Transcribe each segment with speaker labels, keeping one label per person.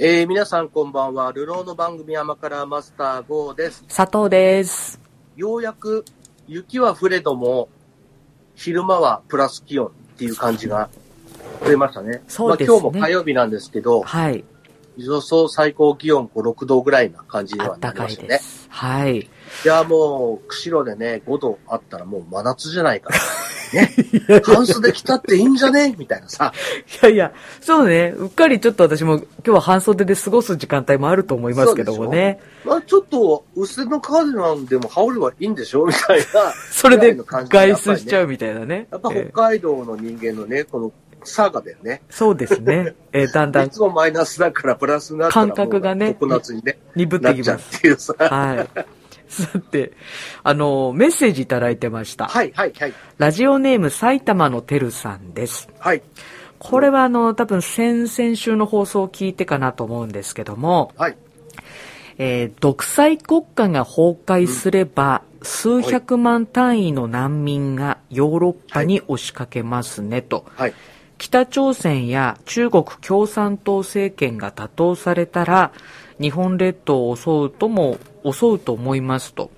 Speaker 1: えー、皆さんこんばんは。流浪の番組山からマスター GO です。
Speaker 2: 佐藤です。
Speaker 1: ようやく雪は降れども、昼間はプラス気温っていう感じが増えましたね。
Speaker 2: そうです
Speaker 1: ま
Speaker 2: ね
Speaker 1: あ今日も火曜日なんですけど、
Speaker 2: はい。
Speaker 1: 予想最高気温5、6度ぐらいな感じに
Speaker 2: あ
Speaker 1: は
Speaker 2: った
Speaker 1: なり
Speaker 2: か
Speaker 1: ま
Speaker 2: い
Speaker 1: した
Speaker 2: で
Speaker 1: ね。
Speaker 2: す。はい。
Speaker 1: いや、もう、釧路でね、5度あったらもう真夏じゃな いから。ね。半袖着たっていいんじゃねみたいなさ。
Speaker 2: いやいや、そうね。うっかりちょっと私も今日は半袖で過ごす時間帯もあると思いますけどもね。
Speaker 1: まあ、ちょっと、薄手のカーディガンでも羽織ればいいんでしょみたいな。
Speaker 2: それで
Speaker 1: ぐらいの感じが
Speaker 2: 外
Speaker 1: やっぱりね
Speaker 2: 出しちゃうみたいなね。
Speaker 1: やっぱ
Speaker 2: え
Speaker 1: 北
Speaker 2: ー
Speaker 1: 海道の人間のね、この差がだよね。
Speaker 2: そうですね。えーだんだ
Speaker 1: い
Speaker 2: ん
Speaker 1: つもマイナスだからプラスになったらもう
Speaker 2: 感覚がね
Speaker 1: 常夏にね、
Speaker 2: 鈍っ
Speaker 1: な
Speaker 2: て
Speaker 1: っ
Speaker 2: き
Speaker 1: ちゃ
Speaker 2: ま
Speaker 1: う
Speaker 2: す。
Speaker 1: っていうさ。は
Speaker 2: はい。 さて、あの、メッセージいただいてました。
Speaker 1: いはいはい。
Speaker 2: ラジオネーム埼玉のてるさんです。
Speaker 1: はい
Speaker 2: これはあの、多分先々週の放送を聞いてかなと思うんですけども、
Speaker 1: はい。
Speaker 2: えー独裁国家が崩壊すれば、数百万単位の難民がヨーロッパに押しかけますねと。
Speaker 1: はい。
Speaker 2: 北朝鮮や中国共産党政権が打倒されたら、日本列島を襲うとも、襲うと思いますと。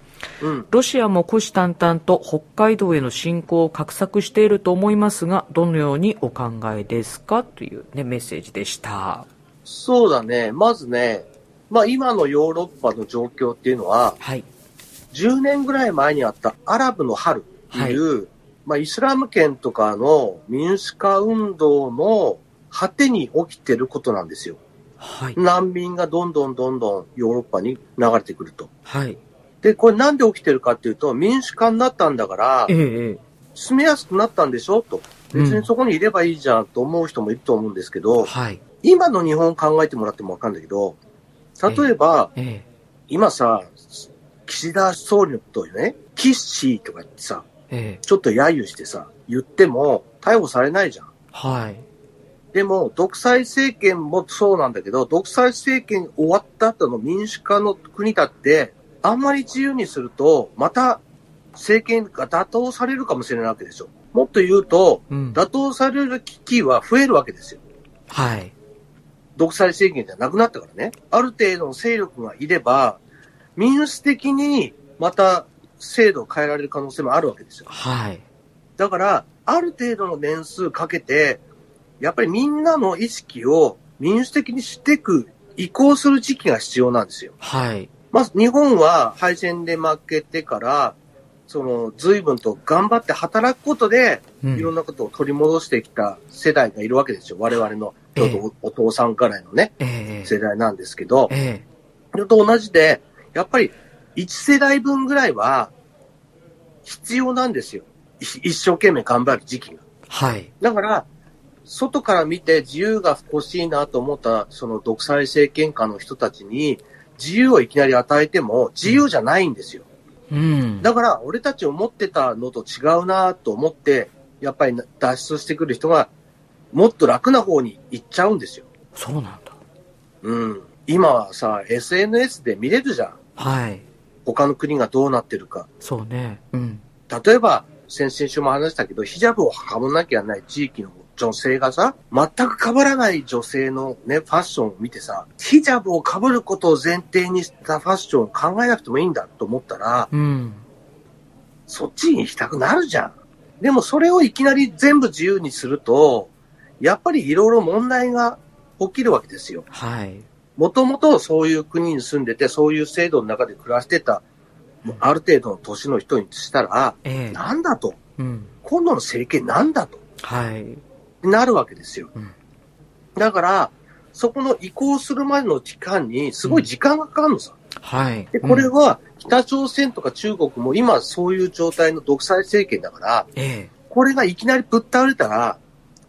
Speaker 1: うん。
Speaker 2: ロシアも虎視眈々と北海道への侵攻を画策していると思いますが、どのようにお考えですかという、ね、メッセージでした。
Speaker 1: そうだね。まずね、まあ今のヨーロッパの状況っていうのは、
Speaker 2: はい。
Speaker 1: 10年ぐらい前にあったアラブの春っていう、まあイスラム圏とかの民主化運動の果てに起きてることなんですよ。
Speaker 2: はい。
Speaker 1: 難民がどんどんどんどんヨーロッパに流れてくると。
Speaker 2: はい。
Speaker 1: で、これなんで起きてるかっていうと、民主化になったんだから
Speaker 2: え、え、
Speaker 1: 住みやすくなったんでしょと。
Speaker 2: うん
Speaker 1: 別にそこにいればいいじゃんと思う人もいると思うんですけど、
Speaker 2: はい。
Speaker 1: 今の日本を考えてもらってもわかるんだけど、例えば、
Speaker 2: ええ、
Speaker 1: 今さ、岸田総理のことをね、キッシーとか言ってさ、
Speaker 2: ええ、
Speaker 1: ちょっと揶揄してさ、言っても逮捕されないじゃん。
Speaker 2: はい。
Speaker 1: でも、独裁政権もそうなんだけど、独裁政権終わった後の民主化の国だって、あんまり自由にすると、また政権が打倒されるかもしれないわけでしょ。もっと言うと、
Speaker 2: うん。
Speaker 1: 打倒される危機は増えるわけですよ。
Speaker 2: はい。
Speaker 1: 独裁政権じゃなくなったからね。ある程度の勢力がいれば、民主的にまた制度を変えられる可能性もあるわけですよ。
Speaker 2: はい。
Speaker 1: だから、ある程度の年数かけて、やっぱりみんなの意識を民主的にしていく、移行する時期が必要なんですよ。
Speaker 2: はい。
Speaker 1: まず、日本は敗戦で負けてから、その、随分と頑張って働くことで、
Speaker 2: う
Speaker 1: いろん
Speaker 2: ん。
Speaker 1: なことを取り戻してきた世代がいるわけですよ。我々の、ちょっとおお父さんからいのね、
Speaker 2: ええ、
Speaker 1: 世代なんですけど。
Speaker 2: ええ、
Speaker 1: それと同じで、やっぱり1世代分ぐらいは必要なんですよ。い一生懸命頑張る時期が。
Speaker 2: はい。
Speaker 1: だから、外から見て自由が欲しいなと思ったその独裁政権下の人たちに自由をいきなり与えても自由じゃないんですよ。
Speaker 2: うん。
Speaker 1: だから俺たち思ってたのと違うなと思って、やっぱり脱出してくる人がもっと楽な方に行っちゃうんですよ。
Speaker 2: そうなんだ。
Speaker 1: うん。今はさ、SNS で見れるじゃん。
Speaker 2: はい。
Speaker 1: 他の国がどうなってるか。
Speaker 2: そうね。うん。
Speaker 1: 例えば、先々週も話したけど、ヒジャブをかぶんなきゃいけない地域の女性がさ、全く被らない女性のね、ファッションを見てさ、ヒジャブを被ることを前提にしたファッションを考えなくてもいいんだと思ったら、
Speaker 2: うん。
Speaker 1: そっちに行きたくなるじゃん。でもそれをいきなり全部自由にすると、やっぱりいろいろ問題が起きるわけですよ。
Speaker 2: はい。
Speaker 1: もともとそういう国に住んでて、そういう制度の中で暮らしてた、ある程度の年の人にしたら、
Speaker 2: ええ、
Speaker 1: なんだと。
Speaker 2: うん。
Speaker 1: 今度の政権なんだと
Speaker 2: はい。
Speaker 1: なるわけですよ。
Speaker 2: うん
Speaker 1: だから、そこの移行するまでの期間にすごい時間がかかるのさ。
Speaker 2: はい。
Speaker 1: で、これ
Speaker 2: うん
Speaker 1: は北朝鮮とか中国も今そういう状態の独裁政権だから、
Speaker 2: ええ。
Speaker 1: これがいきなりぶっ倒れたら、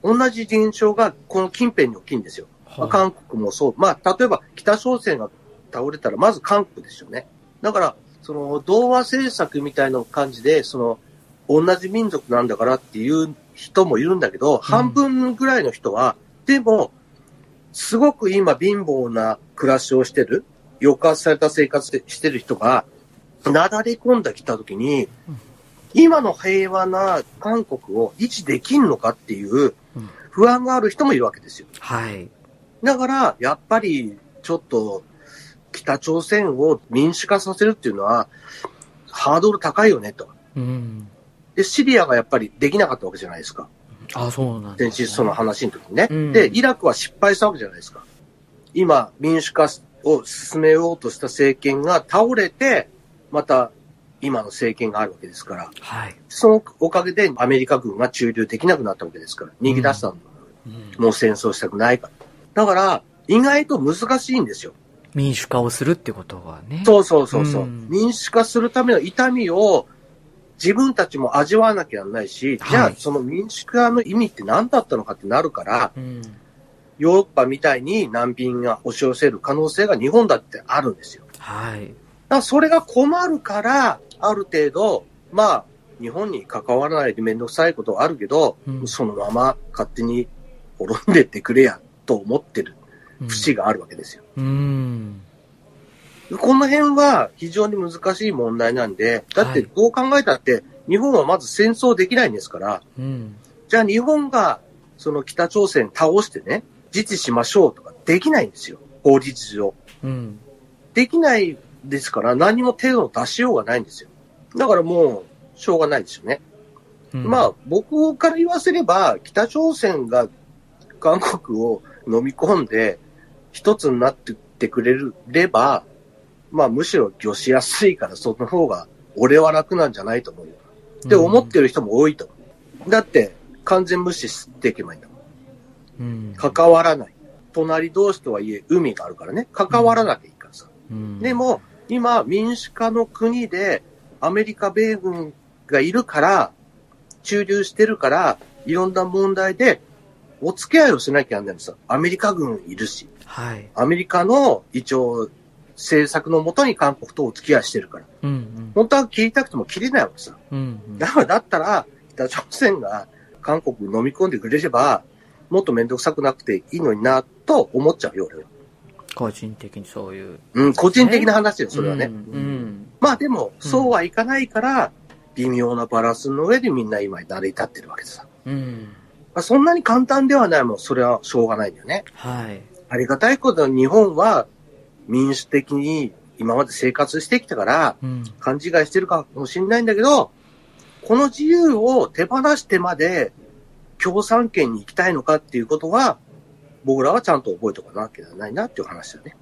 Speaker 1: 同じ現象がこの近辺に起きるんですよ。まあ
Speaker 2: は
Speaker 1: 韓国もそう。まあ、例えば北朝鮮が倒れたら、まず韓国ですよね。だから、その、同和政策みたいな感じで、その、同じ民族なんだからっていう人もいるんだけど、半分ぐらいの人は、でも、すごく今貧乏な暮らしをしてる、抑圧された生活でしてる人が、なだれ込んだきたときに
Speaker 2: うん、
Speaker 1: 今の平和な韓国を維持できんのかっていう
Speaker 2: うん
Speaker 1: 不安がある人もいるわけですよ。
Speaker 2: はい。
Speaker 1: だから、やっぱり、ちょっと、北朝鮮を民主化させるっていうのは、ハードル高いよね、と。
Speaker 2: うん。
Speaker 1: で、シリアがやっぱりできなかったわけじゃないですか。
Speaker 2: あ、そうなん
Speaker 1: 先
Speaker 2: で
Speaker 1: 日
Speaker 2: す、
Speaker 1: その話の時にね、
Speaker 2: うん
Speaker 1: で、イラクは失敗したわけじゃないですか。今、民主化を進めようとした政権が倒れて、また今の政権があるわけですから、
Speaker 2: はい。
Speaker 1: そのおかげでアメリカ軍が駐留できなくなったわけですから、逃げ出したの、
Speaker 2: うん
Speaker 1: もう戦争したくないから。だから、意外と難しいんですよ。
Speaker 2: 民主化をするってことはね。
Speaker 1: そうそうそうそう、
Speaker 2: うん
Speaker 1: 民主化するための痛みを自分たちも味わわなきゃならないし、
Speaker 2: はい
Speaker 1: じゃあその民主化の意味って何だったのかってなるから、
Speaker 2: うん。
Speaker 1: ヨーロッパみたいに難民が押し寄せる可能性が日本だってあるんですよ。だ
Speaker 2: はい。
Speaker 1: からそれが困るから、ある程度、まあ、日本に関わらないでめんどくさいことはあるけど、
Speaker 2: うん
Speaker 1: そのまま勝手に滅んでってくれやと思ってる節があるわけですよ。
Speaker 2: うん。
Speaker 1: この辺は非常に難しい問題なんで、だって
Speaker 2: はい
Speaker 1: どう考えたって、日本はまず戦争できないんですから、
Speaker 2: うん。
Speaker 1: じゃあ日本がその北朝鮮倒してね、自治しましょうとかできないんですよ。法律上。
Speaker 2: うん。
Speaker 1: できないですから何も手を出しようがないんですよ。だからもう、しょうがないですよね。
Speaker 2: うん
Speaker 1: まあ、僕から言わせれば、北朝鮮が韓国を飲み込んで、一つになってってくれれば、まあ、むしろ魚しやすいから、その方が俺は楽なんじゃないと思うよ。って思ってる人も多いと思う。だって、完全無視していけばいいんだもん。
Speaker 2: うん、
Speaker 1: 関わらない。隣同士とはいえ、海があるからね。関わらなきゃいいからさ。
Speaker 2: うん
Speaker 1: で、も、今、民主化の国で、アメリカ、米軍がいるから、駐留してるから、いろんな問題で、お付き合いをしなきゃなんないんですよ。アメリカ軍いるし、
Speaker 2: はい。
Speaker 1: アメリカの一応、政策のもとに韓国とお付き合いしてるから。
Speaker 2: うん
Speaker 1: 本当は切りたくても切れないわけさ。
Speaker 2: うん。うん
Speaker 1: だから、だったら、北朝鮮が韓国に飲み込んでくれれば、もっとめんどくさくなくていいのにな、と思っちゃうよ、俺は。
Speaker 2: 個人的にそういう。
Speaker 1: うん、個人的な話だよ、それはね。
Speaker 2: うんうん。
Speaker 1: まあでも、
Speaker 2: うん
Speaker 1: そうはいかないから、微妙なバランスの上でみんな今成り立ってるわけさ。
Speaker 2: うん。
Speaker 1: まあ、そんなに簡単ではないもん、それはしょうがないんだよね。
Speaker 2: はい。
Speaker 1: ありがたいことに日本は民主的に今まで生活してきたから、
Speaker 2: うん。
Speaker 1: 勘違いしてるかもしれないんだけど、この自由を手放してまで共産権に行きたいのかっていうことは、僕らはちゃんと覚えておかなきゃならないなっていう話だね。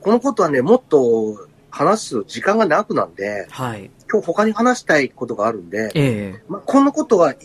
Speaker 1: このことはね、もっと話す時間がなくなんで、
Speaker 2: はい。
Speaker 1: 今日他に話したいことがあるんで、
Speaker 2: ええ。
Speaker 1: まあ、このことはい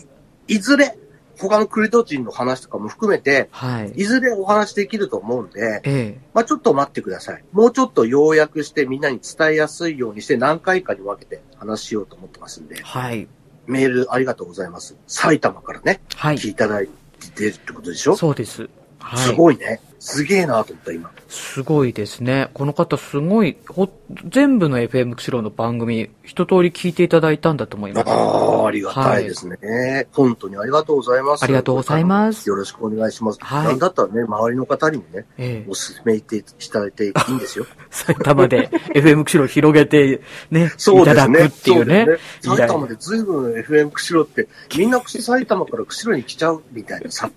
Speaker 1: いずれ、他のクリド人の話とかも含めて、
Speaker 2: はい。
Speaker 1: いずれお話できると思うんで、
Speaker 2: ええ。
Speaker 1: まあ、ちょっと待ってください。もうちょっと要約してみんなに伝えやすいようにして何回かに分けて話しようと思ってますんで、
Speaker 2: はい。
Speaker 1: メールありがとうございます。埼玉からね、
Speaker 2: はい。
Speaker 1: 聞いていただいてるってことでしょ、
Speaker 2: そうです。はい。
Speaker 1: すごいね。すげえなと思った今。
Speaker 2: すごいですね。この方すごい、ほ、全部の FM 釧路の番組、一通り聞いていただいたんだと思います。
Speaker 1: ああ、ありがたいですね、本当にありがとうございます。
Speaker 2: ありがとうございます
Speaker 1: よろしくお願いします。
Speaker 2: はい
Speaker 1: なんだったらね、周りの方にもね、
Speaker 2: ええ
Speaker 1: お。勧めしていただいていいんですよ。
Speaker 2: 埼玉で FM 釧路を広げて、ね、いただくっていうね。
Speaker 1: そうですね埼玉でずいぶん FM 釧路って、みんな埼玉から釧路に来ちゃうみたいなさ、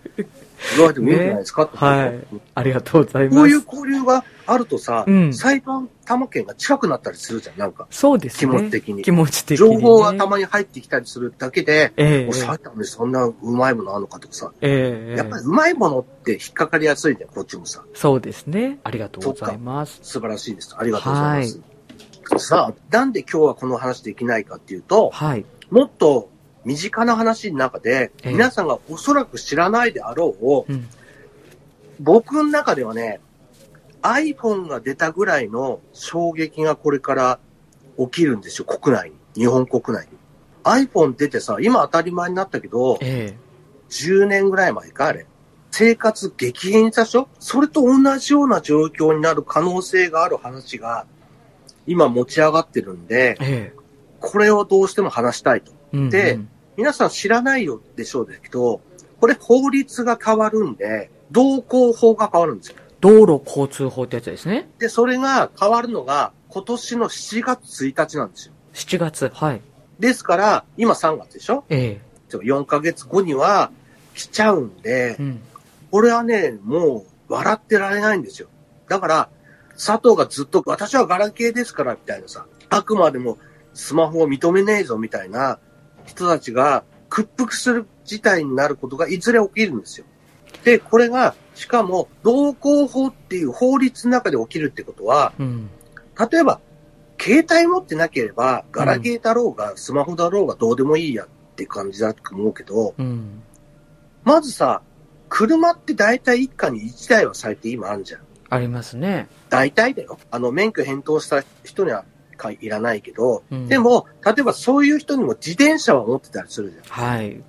Speaker 1: 言われてもいいんじゃないですかって、
Speaker 2: はい。ありがとうございます。
Speaker 1: こういう交流があるとさ、
Speaker 2: うん
Speaker 1: 埼玉県が近くなったりするじゃん、なんか。
Speaker 2: そうですね。
Speaker 1: 気持ち的に
Speaker 2: 気持ち的に
Speaker 1: 情
Speaker 2: ね、
Speaker 1: 報がたまに入ってきたりするだけで、
Speaker 2: ええ
Speaker 1: もう埼玉でそんなうまいものあるのかとかさ、
Speaker 2: ええ
Speaker 1: やっぱりうまいものって引っかかりやすいじゃん、こっちもさ。
Speaker 2: そうですね。ありがとうございます。
Speaker 1: 素晴らしいです。ありがとうございます。さあ、なんで今日はこの話できないかっていうと、
Speaker 2: はい。
Speaker 1: もっと身近な話の中で、
Speaker 2: ええ
Speaker 1: 皆さんがおそらく知らないであろうを、
Speaker 2: うん。
Speaker 1: 僕の中ではね、iPhone が出たぐらいの衝撃がこれから起きるんですよ、国内に。日本国内に。iPhone 出てさ、今当たり前になったけど、
Speaker 2: え
Speaker 1: 10年ぐらい前か、あれ。生活激変したでしょそれと同じような状況になる可能性がある話が、今持ち上がってるんで
Speaker 2: え、え
Speaker 1: これをどうしても話したいと。
Speaker 2: えうん
Speaker 1: で
Speaker 2: うん
Speaker 1: 皆さん知らないよでしょうけど、これ法律が変わるんで、道交法が変わるんですよ。
Speaker 2: 道路交通法ってやつですね。
Speaker 1: で、それが変わるのが今年の7月1日なんですよ。
Speaker 2: 7月。はい。
Speaker 1: ですから、今3月でしょ
Speaker 2: え
Speaker 1: ?4 ヶ月後には来ちゃうんで
Speaker 2: え、うん。
Speaker 1: これはね、もう笑ってられないんですよ。だから、佐藤がずっと、私はガラケーですから、みたいなさ、あくまでもスマホを認めねえぞ、みたいな人たちが屈服する事態になることがいずれ起きるんですよ。で、これが、しかも、同行法っていう法律の中で起きるってことは、
Speaker 2: うん。
Speaker 1: 例えば、携帯持ってなければ、ガラケーだろうが、スマホだろうが、どうでもいいやって感じだと思うけど、
Speaker 2: うん。
Speaker 1: まずさ、車って大体一家に一台は最低今あるじゃん。
Speaker 2: ありますね。
Speaker 1: 大体だよ。あの、免許返答した人にはかいらないけど、
Speaker 2: うん、
Speaker 1: で、も、例えばそういう人にも自転車は持ってたりするじゃん。
Speaker 2: はい。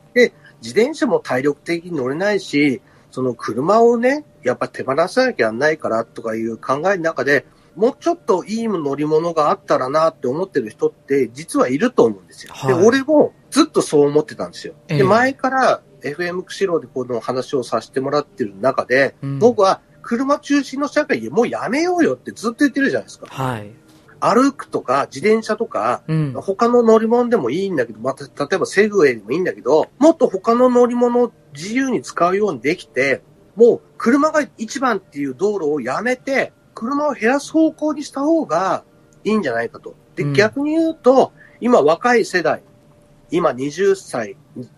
Speaker 1: 自転車も体力的に乗れないし、その車をね、やっぱ手放さなきゃなんないからとかいう考えの中で、もうちょっといい乗り物があったらなって思ってる人って実はいると思うんですよ。
Speaker 2: はい
Speaker 1: で、俺もずっとそう思ってたんですよ。
Speaker 2: ええ
Speaker 1: で、前から FM 釧路でこの話をさせてもらってる中で、
Speaker 2: うん
Speaker 1: 僕は車中心の社会でもうやめようよってずっと言ってるじゃないですか。
Speaker 2: はい。
Speaker 1: 歩くとか自転車とか、
Speaker 2: うん。
Speaker 1: 他の乗り物でもいいんだけど、また、例えばセグウェイでもいいんだけど、もっと他の乗り物を自由に使うようにできて、もう車が一番っていう道路をやめて、車を減らす方向にした方がいいんじゃないかと。で、
Speaker 2: うん
Speaker 1: 逆に言うと、今若い世代、今20歳、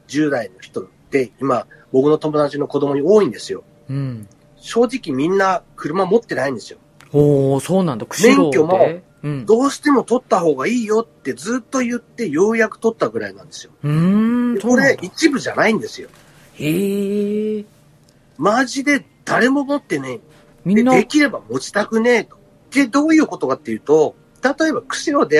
Speaker 1: 10代の人って、今僕の友達の子供に多いんですよ。
Speaker 2: うん。
Speaker 1: 正直みんな車持ってないんですよ。
Speaker 2: おー、そうなんだ。釧路で。
Speaker 1: 免許も
Speaker 2: うん。
Speaker 1: どうしても取った方がいいよってずっと言ってようやく取ったぐらいなんですよ。
Speaker 2: うーん、そ
Speaker 1: こ
Speaker 2: うなん
Speaker 1: れ
Speaker 2: だ。
Speaker 1: 一部じゃないんですよ。
Speaker 2: へえ。
Speaker 1: マジで誰も持ってねえ。
Speaker 2: み
Speaker 1: で
Speaker 2: んな、
Speaker 1: できれば持ちたくねえと。で、どういうことかっていうと、例えば釧路で、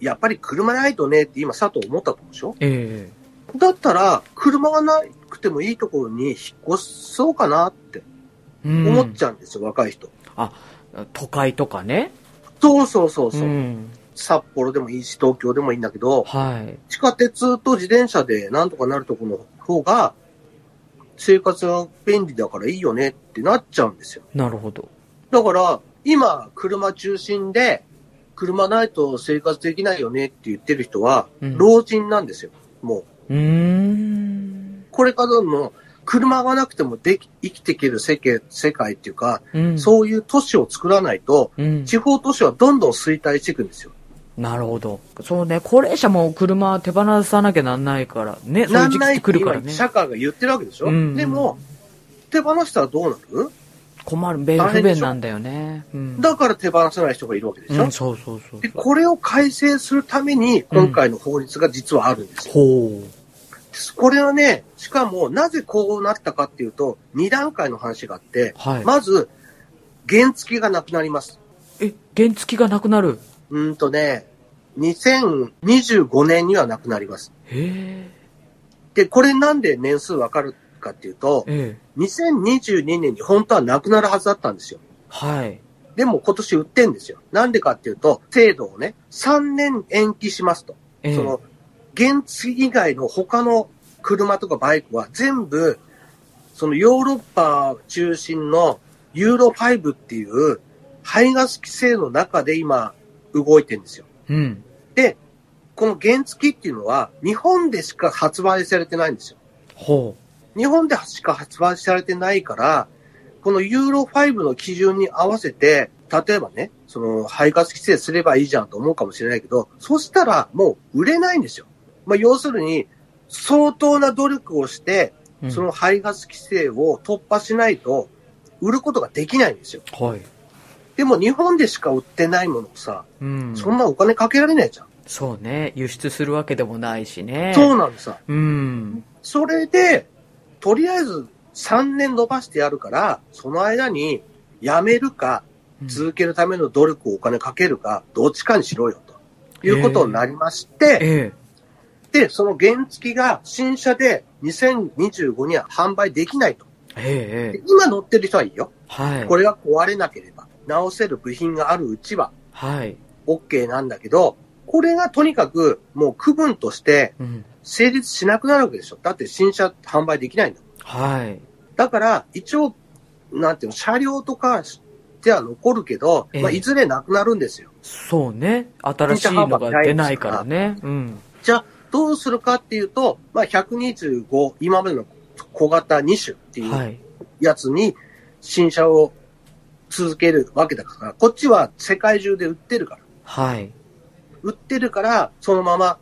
Speaker 1: やっぱり車ないとねえって今佐藤思ったと思うでしょ
Speaker 2: え
Speaker 1: だったら、車がなくてもいいところに引っ越そうかなって
Speaker 2: えうん
Speaker 1: 思っちゃうんですよ、若い人。
Speaker 2: 都会とかね。
Speaker 1: そうそうそうそう、
Speaker 2: ん。
Speaker 1: 札幌でもいいし、東京でもいいんだけど、
Speaker 2: はい。
Speaker 1: 地下鉄と自転車でなんとかなるところの方が、生活が便利だからいいよねってなっちゃうんですよ。
Speaker 2: なるほど。
Speaker 1: だから、今、車中心で、車ないと生活できないよねって言ってる人は、
Speaker 2: うん
Speaker 1: 老人なんですよ。もう、
Speaker 2: うーん。
Speaker 1: これからの、車がなくてもでき、生きていける世界、世界っていうか、
Speaker 2: うん。
Speaker 1: そういう都市を作らないと、
Speaker 2: うん。
Speaker 1: 地方都市はどんどん衰退していくんですよ。
Speaker 2: なるほど。そうね、高齢者も車は手放さなきゃなんないから、ね、そうい
Speaker 1: な
Speaker 2: うん時期
Speaker 1: な
Speaker 2: っ
Speaker 1: い
Speaker 2: て
Speaker 1: って
Speaker 2: 来るから
Speaker 1: 今、
Speaker 2: ね。
Speaker 1: 社会が言ってるわけでしょ、
Speaker 2: うんうん
Speaker 1: でも、手放したらどうなる
Speaker 2: 困る、べ
Speaker 1: 大
Speaker 2: 不
Speaker 1: 変でしょ
Speaker 2: 便なんだよね。うん。
Speaker 1: だから手放せない人がいるわけでしょ、
Speaker 2: うん、そうそうそう
Speaker 1: で、
Speaker 2: そう。
Speaker 1: これを改正するために、今回の法律が実はあるんですよ。
Speaker 2: ほ
Speaker 1: これはね、しかも、なぜこうなったかっていうと、2段階の話があって、
Speaker 2: う。はい。
Speaker 1: まず、原付がなくなります。
Speaker 2: え、原付がなくなる。
Speaker 1: うーんとね、2025年にはなくなります。
Speaker 2: へえ。
Speaker 1: で、これなんで年数わかるかっていうと、
Speaker 2: ええ。
Speaker 1: 2022年に本当はなくなるはずだったんですよ。
Speaker 2: はい。
Speaker 1: でも今年売ってんですよ。なんでかっていうと、制度をね、3年延期しますと。
Speaker 2: ええ。
Speaker 1: その、原付以外の他の車とかバイクは全部、そのヨーロッパ中心のユーロ5っていう排ガス規制の中で今動いてるんですよ。
Speaker 2: うん。
Speaker 1: で、この原付っていうのは日本でしか発売されてないんですよ。
Speaker 2: ほ
Speaker 1: 日本でしか発売されてないから、このユーロ5の基準に合わせて、例えばね、その排ガス規制すればいいじゃんと思うかもしれないけど、そしたらもう売れないんですよ。まあ、要するに、相当な努力をして、
Speaker 2: う。うん
Speaker 1: その、排ガス規制を突破しないと、売ることができないんですよ。
Speaker 2: はい。
Speaker 1: でも日本でしか売ってないものをさ、
Speaker 2: うん。
Speaker 1: そんなお金かけられないじゃん。
Speaker 2: そうね、輸出するわけでもないしね。
Speaker 1: そうなのさ。
Speaker 2: うん。
Speaker 1: それで、とりあえず3年伸ばしてやるから、その間にやめるか、
Speaker 2: うん。
Speaker 1: 続けるための努力をお金かけるか、どっちかにしろよ、ということになりまして、
Speaker 2: ええ。
Speaker 1: で、その原付が新車で2025には販売できないと。
Speaker 2: ええ、え
Speaker 1: で
Speaker 2: え。
Speaker 1: 今乗ってる人はいいよ。
Speaker 2: はい。
Speaker 1: これが壊れなければ、直せる部品があるうちは
Speaker 2: はい。
Speaker 1: OK なんだけど、これがとにかくもう区分として
Speaker 2: うん。
Speaker 1: 成立しなくなるわけでしょ。だって新車販売できないんだもん
Speaker 2: はい。
Speaker 1: だから、一応、なんていうの、車両とかでは残るけど、
Speaker 2: ええ
Speaker 1: まあ、いずれなくなるんですよ。
Speaker 2: そうね。新しいのが出ないからね。うん。
Speaker 1: じゃあ、どうするかっていうと、まあ、125、今までの小型2種ってい
Speaker 2: は
Speaker 1: う
Speaker 2: い。
Speaker 1: やつに、新車を続けるわけだから、こっちは世界中で売ってるから。
Speaker 2: はい。
Speaker 1: 売ってるから、そのまま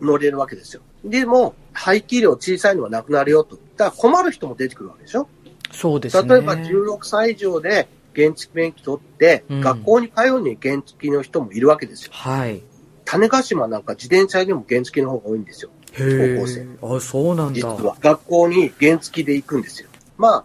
Speaker 1: 乗れるわけですよ。でも、排気量小さいのはなくなるよと。だから困る人も出てくるわけでしょ
Speaker 2: そうですね。
Speaker 1: 例えば16歳以上で原付免許取って、
Speaker 2: うん
Speaker 1: 学校に通うのに原付の人もいるわけですよ。
Speaker 2: はい。へ
Speaker 1: 種子島なんか自転車よりも原付の方が多いんですよ。
Speaker 2: え。
Speaker 1: 高校生
Speaker 2: あ、そうなんだ。
Speaker 1: 実は。学校に原付で行くんですよ。まあ、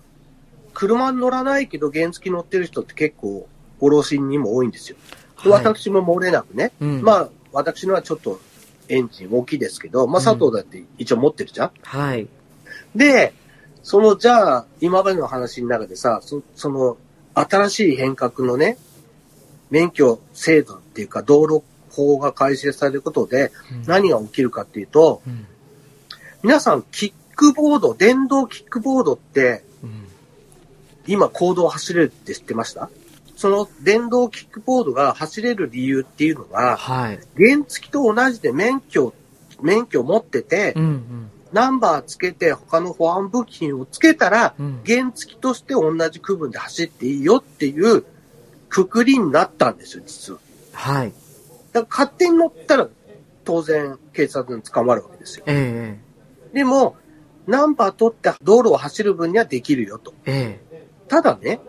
Speaker 1: 車に乗らないけど原付乗ってる人って結構、ご老人にも多いんですよ。
Speaker 2: はい。
Speaker 1: 私も漏れなくね。
Speaker 2: うん、
Speaker 1: ま
Speaker 2: あ。
Speaker 1: あ、私のはちょっとエンジン大きいですけど、まあ、佐藤だって一応持ってるじゃん。
Speaker 2: はい。
Speaker 1: で、その、じゃあ、今までの話の中でさ、そその、新しい変革のね、免許制度っていうか、道路法が改正されることで、
Speaker 2: うん、
Speaker 1: 何が起きるかっていうと、
Speaker 2: うん。
Speaker 1: 皆さん、キックボード、電動キックボードって、
Speaker 2: うん。
Speaker 1: 今、公道を走れるって知ってましたその電動キックボードが走れる理由っていうのが、
Speaker 2: はい。
Speaker 1: 原付と同じで免許、免許を持ってて、
Speaker 2: うんうん。
Speaker 1: ナンバーつけて他の保安部品をつけたら、
Speaker 2: うん。
Speaker 1: 原付として同じ区分で走っていいよっていうくくりになったんですよ、実は。
Speaker 2: はい。
Speaker 1: だから勝手に乗ったら当然警察に捕まるわけですよ。
Speaker 2: え
Speaker 1: でも、ナンバー取って道路を走る分にはできるよと。
Speaker 2: えええ
Speaker 1: ただね、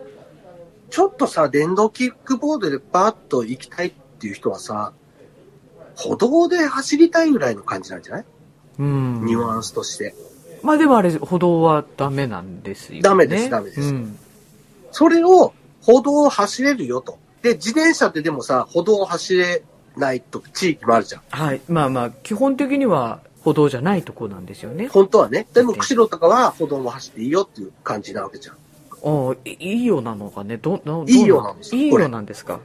Speaker 1: ちょっとさ、電動キックボードでバーッと行きたいっていう人はさ、歩道で走りたいぐらいの感じなんじゃない
Speaker 2: えうん。
Speaker 1: ニュアンスとして。
Speaker 2: まあでもあれ、歩道はダメなんですよ、ね。
Speaker 1: ダメですダメです
Speaker 2: うん。
Speaker 1: それを歩道を走れるよと。で、自転車ってでもさ、歩道を走れないと地域もあるじゃん。
Speaker 2: はい。まあまあ、基本的には歩道じゃないとこなんですよね。
Speaker 1: 本当はね。でも、釧路とかは歩道も走っていいよっていう感じなわけじゃん。
Speaker 2: ああ、いいいようなのがね、ど、ど、ど
Speaker 1: いいようなんです
Speaker 2: いい
Speaker 1: こ
Speaker 2: よ
Speaker 1: れ
Speaker 2: うなんですか。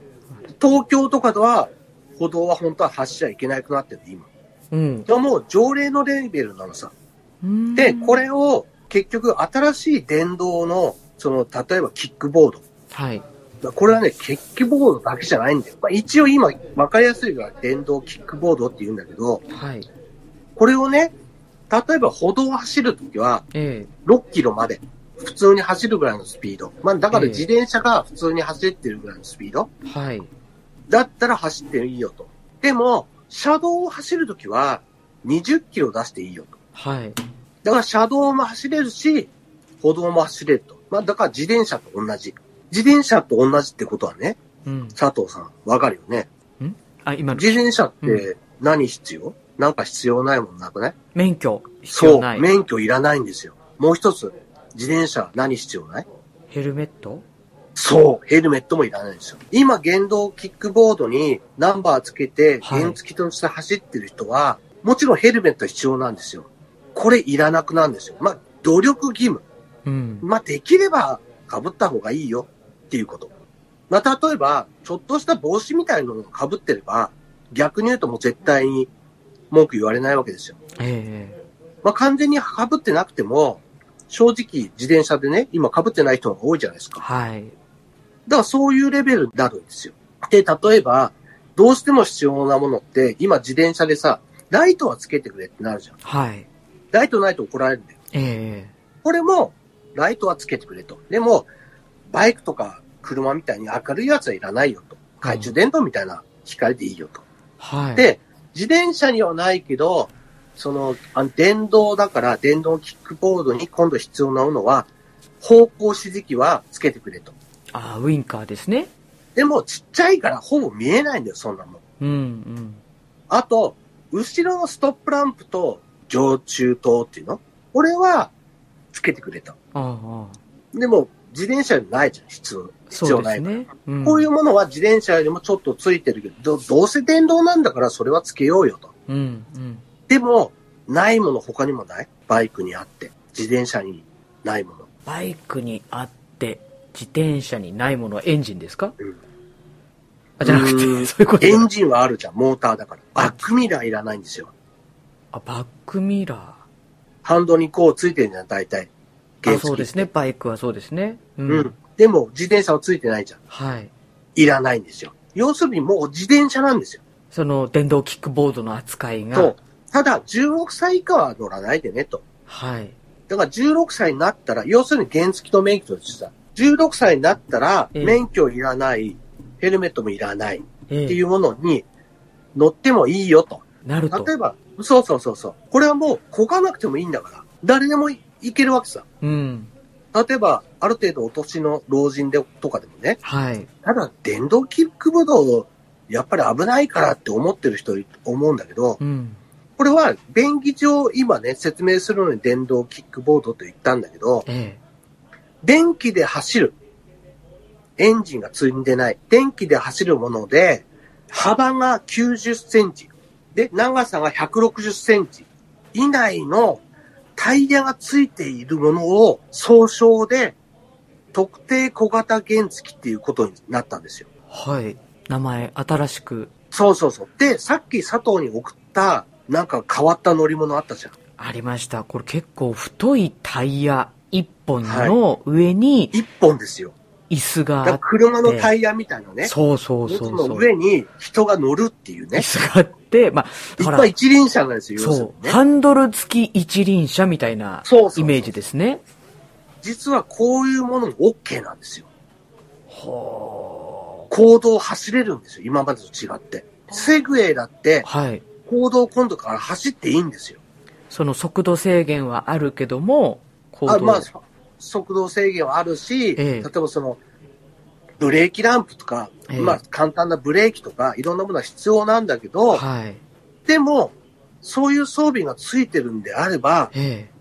Speaker 1: 東京とかでは歩道は本当は走っちゃいけなくなってる、今。
Speaker 2: うん。
Speaker 1: でももう条例のレベルなのさ。
Speaker 2: うん
Speaker 1: で、こ。れを結局新しい電動の、その、例えばキックボード。
Speaker 2: はい。
Speaker 1: これはね、キックボードだけじゃないんだよ。まあ、一応今、わかりやすいのは電動キックボードって言うんだけど、
Speaker 2: はい。
Speaker 1: これをね、例えば歩道を走るときは、
Speaker 2: え
Speaker 1: 6キロまで普通に走るぐらいのスピード。まあ、だから
Speaker 2: ええ
Speaker 1: 自転車が普通に走ってるぐらいのスピード。
Speaker 2: えはい。
Speaker 1: だったら走っていいよと。でも、車道を走るときは20キロ出していいよと。
Speaker 2: はい。
Speaker 1: だから車道も走れるし、歩道も走れると。まあ、だから自転車と同じ。自転車と同じってことはね、
Speaker 2: うん。
Speaker 1: 佐藤さん、わかるよね。
Speaker 2: あ、今の、
Speaker 1: 自転車っ
Speaker 2: う
Speaker 1: て何必要、なんか必要ないもんなくない
Speaker 2: 免許、必
Speaker 1: そ
Speaker 2: 要
Speaker 1: う
Speaker 2: な、い。
Speaker 1: 免許いらないんですよ。もう一つ、自転車何必要ない
Speaker 2: ヘルメット
Speaker 1: そう、ヘルメットもいらないんですよ。今、原動キックボードにナンバーつけて、
Speaker 2: はい
Speaker 1: 原付きとして走ってる人は、もちろんヘルメット必要なんですよ。これいらなくなんですよ。まあ、努力義務。
Speaker 2: うん。
Speaker 1: まあ、できれば被った方がいいよっていうこと。まあ、例えば、ちょっとした帽子みたいなのを被ってれば、逆に言うともう絶対に文句言われないわけですよ。
Speaker 2: ええ
Speaker 1: まあ、完全に被ってなくても、正直自転車でね、今被ってない人が多いじゃないですか。
Speaker 2: はい。
Speaker 1: だからそういうレベルになるんですよ。で、例えば、どうしても必要なものって、今自転車でさ、ライトはつけてくれってなるじゃん。
Speaker 2: はい。
Speaker 1: ライトないと怒られるんだよ。
Speaker 2: ええ
Speaker 1: これも、ライトはつけてくれと。でも、バイクとか車みたいに明るいやつはいらないよと。懐中電灯みたいな光でいいよと。
Speaker 2: はい。、
Speaker 1: で、自転車にはないけど、その、あの電動だから、電動キックボードに今度必要なものは、方向指示器はつけてくれと。
Speaker 2: あ、ウインカーですね。
Speaker 1: でも、ちっちゃいからほぼ見えないんだよ、そんなもん。
Speaker 2: うん、うん。
Speaker 1: あと、後ろのストップランプと常駐灯っていうのこれはつけてくれた。
Speaker 2: ああ。
Speaker 1: でも、自転車よりないじゃん、必要。必
Speaker 2: そう
Speaker 1: 要
Speaker 2: で
Speaker 1: ない
Speaker 2: す
Speaker 1: から。
Speaker 2: ね。うん、
Speaker 1: こういうものは自転車よりもちょっとついてるけど、どどうせ電動なんだからそれはつけようよと。
Speaker 2: うん、うん。
Speaker 1: でも、ないもの他にもないバイクにあって、自転車にないもの。
Speaker 2: バイクにあって、自転車にないものはエンジンですか、
Speaker 1: うん
Speaker 2: あ、じゃなくて、
Speaker 1: うん
Speaker 2: そういうこと
Speaker 1: エンジンはあるじゃん、モーターだから。バックミラーいらないんですよ。
Speaker 2: あ、バックミラー。
Speaker 1: ハンドにこうついてるじゃん、大体。
Speaker 2: あ
Speaker 1: 原付
Speaker 2: そうですね。バイクはそうですね。うん。
Speaker 1: うん。でも、自転車はついてないじゃん。
Speaker 2: はい。
Speaker 1: いらないんですよ。要するにもう自転車なんですよ。
Speaker 2: その、電動キックボードの扱いが。
Speaker 1: と。ただ、16歳以下は乗らないでね、と。
Speaker 2: はい。
Speaker 1: だから16歳になったら、要するに原付と免許としてさ、 16歳になったら、
Speaker 2: ええ
Speaker 1: 免許いらない、ヘルメットもいらないっ
Speaker 2: ええ
Speaker 1: ていうものに乗ってもいいよと。
Speaker 2: なると
Speaker 1: 例。えば、そうそうそうそう。これはもう、こがなくてもいいんだから、誰でもいけるわけさ。
Speaker 2: うん。
Speaker 1: 例えば、ある程度お年の老人でとかでもね、
Speaker 2: はい。
Speaker 1: ただ電動キックボードをやっぱり危ないからって思ってる人い思うんだけど、
Speaker 2: うん。
Speaker 1: これは便宜上今ね、説明するのに電動キックボードと言ったんだけど、
Speaker 2: え
Speaker 1: 電気で走る。エンジンが積んでない。電気で走るもので、幅が90センチ。で、長さが160センチ以内のタイヤがついているものを総称で特定小型原付っていうことになったんですよ。
Speaker 2: えはい。名前、新しく。
Speaker 1: そうそうそう。で、さっき佐藤に送ったなんか変わった乗り物あったじゃん。
Speaker 2: ありました。これ結構太いタイヤ一本の上に
Speaker 1: 一本ですよ。
Speaker 2: 椅子があ
Speaker 1: だ
Speaker 2: っ
Speaker 1: から車のタイヤみたいな
Speaker 2: て、
Speaker 1: ね。
Speaker 2: そうそう
Speaker 1: やつ
Speaker 2: そう
Speaker 1: の
Speaker 2: そう。
Speaker 1: 上に人が乗るっていうね
Speaker 2: 椅。子があって、まあ、
Speaker 1: いっ
Speaker 2: ほら
Speaker 1: ぱい一輪車なんですよ、要する
Speaker 2: そ
Speaker 1: に
Speaker 2: う、
Speaker 1: ね。
Speaker 2: ハンドル付き一輪車みたいな
Speaker 1: そうそうそう
Speaker 2: イメージですね。
Speaker 1: 実はこういうものも OK なんですよ。
Speaker 2: ほ
Speaker 1: 行動走れるんですよ、今までと違って。セグウェイだって
Speaker 2: ー、はい。
Speaker 1: 行動今度から走っていいんですよ。
Speaker 2: その速度制限はあるけども、行動
Speaker 1: あまあ、そ速度制限はあるし、
Speaker 2: ええ
Speaker 1: 例えばその、ブレーキランプとか、
Speaker 2: ええ
Speaker 1: まあ簡単なブレーキとか、いろんなものは必要なんだけど、
Speaker 2: はい。
Speaker 1: でも、そういう装備がついてるんであれば、
Speaker 2: ええ。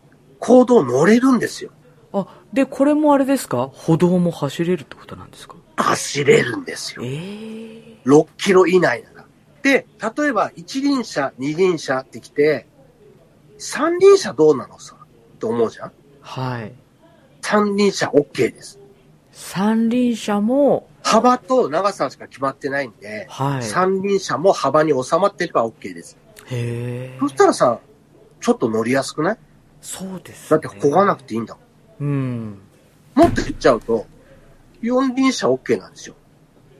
Speaker 1: 行動乗れるんですよ。
Speaker 2: あ、で、これもあれですか歩道も走れるってことなんですか
Speaker 1: 走れるんですよ。
Speaker 2: ええ。
Speaker 1: 6キロ以内なら。で、例えば一輪車、二輪車ってきて、三輪車どうなのさ、と思うじゃん
Speaker 2: はい。
Speaker 1: 三輪車 OK です。
Speaker 2: 三輪車も、
Speaker 1: 幅と長さしか決まってないんで、
Speaker 2: はい。
Speaker 1: 三輪車も幅に収まってれば OK です。
Speaker 2: へえ。
Speaker 1: そしたらさ、ちょっと乗りやすくない
Speaker 2: そうです、
Speaker 1: だ
Speaker 2: ね。
Speaker 1: って漕がなくていいんだも
Speaker 2: うん。
Speaker 1: ん。もっと言っちゃうと、四輪車 OK なんですよ。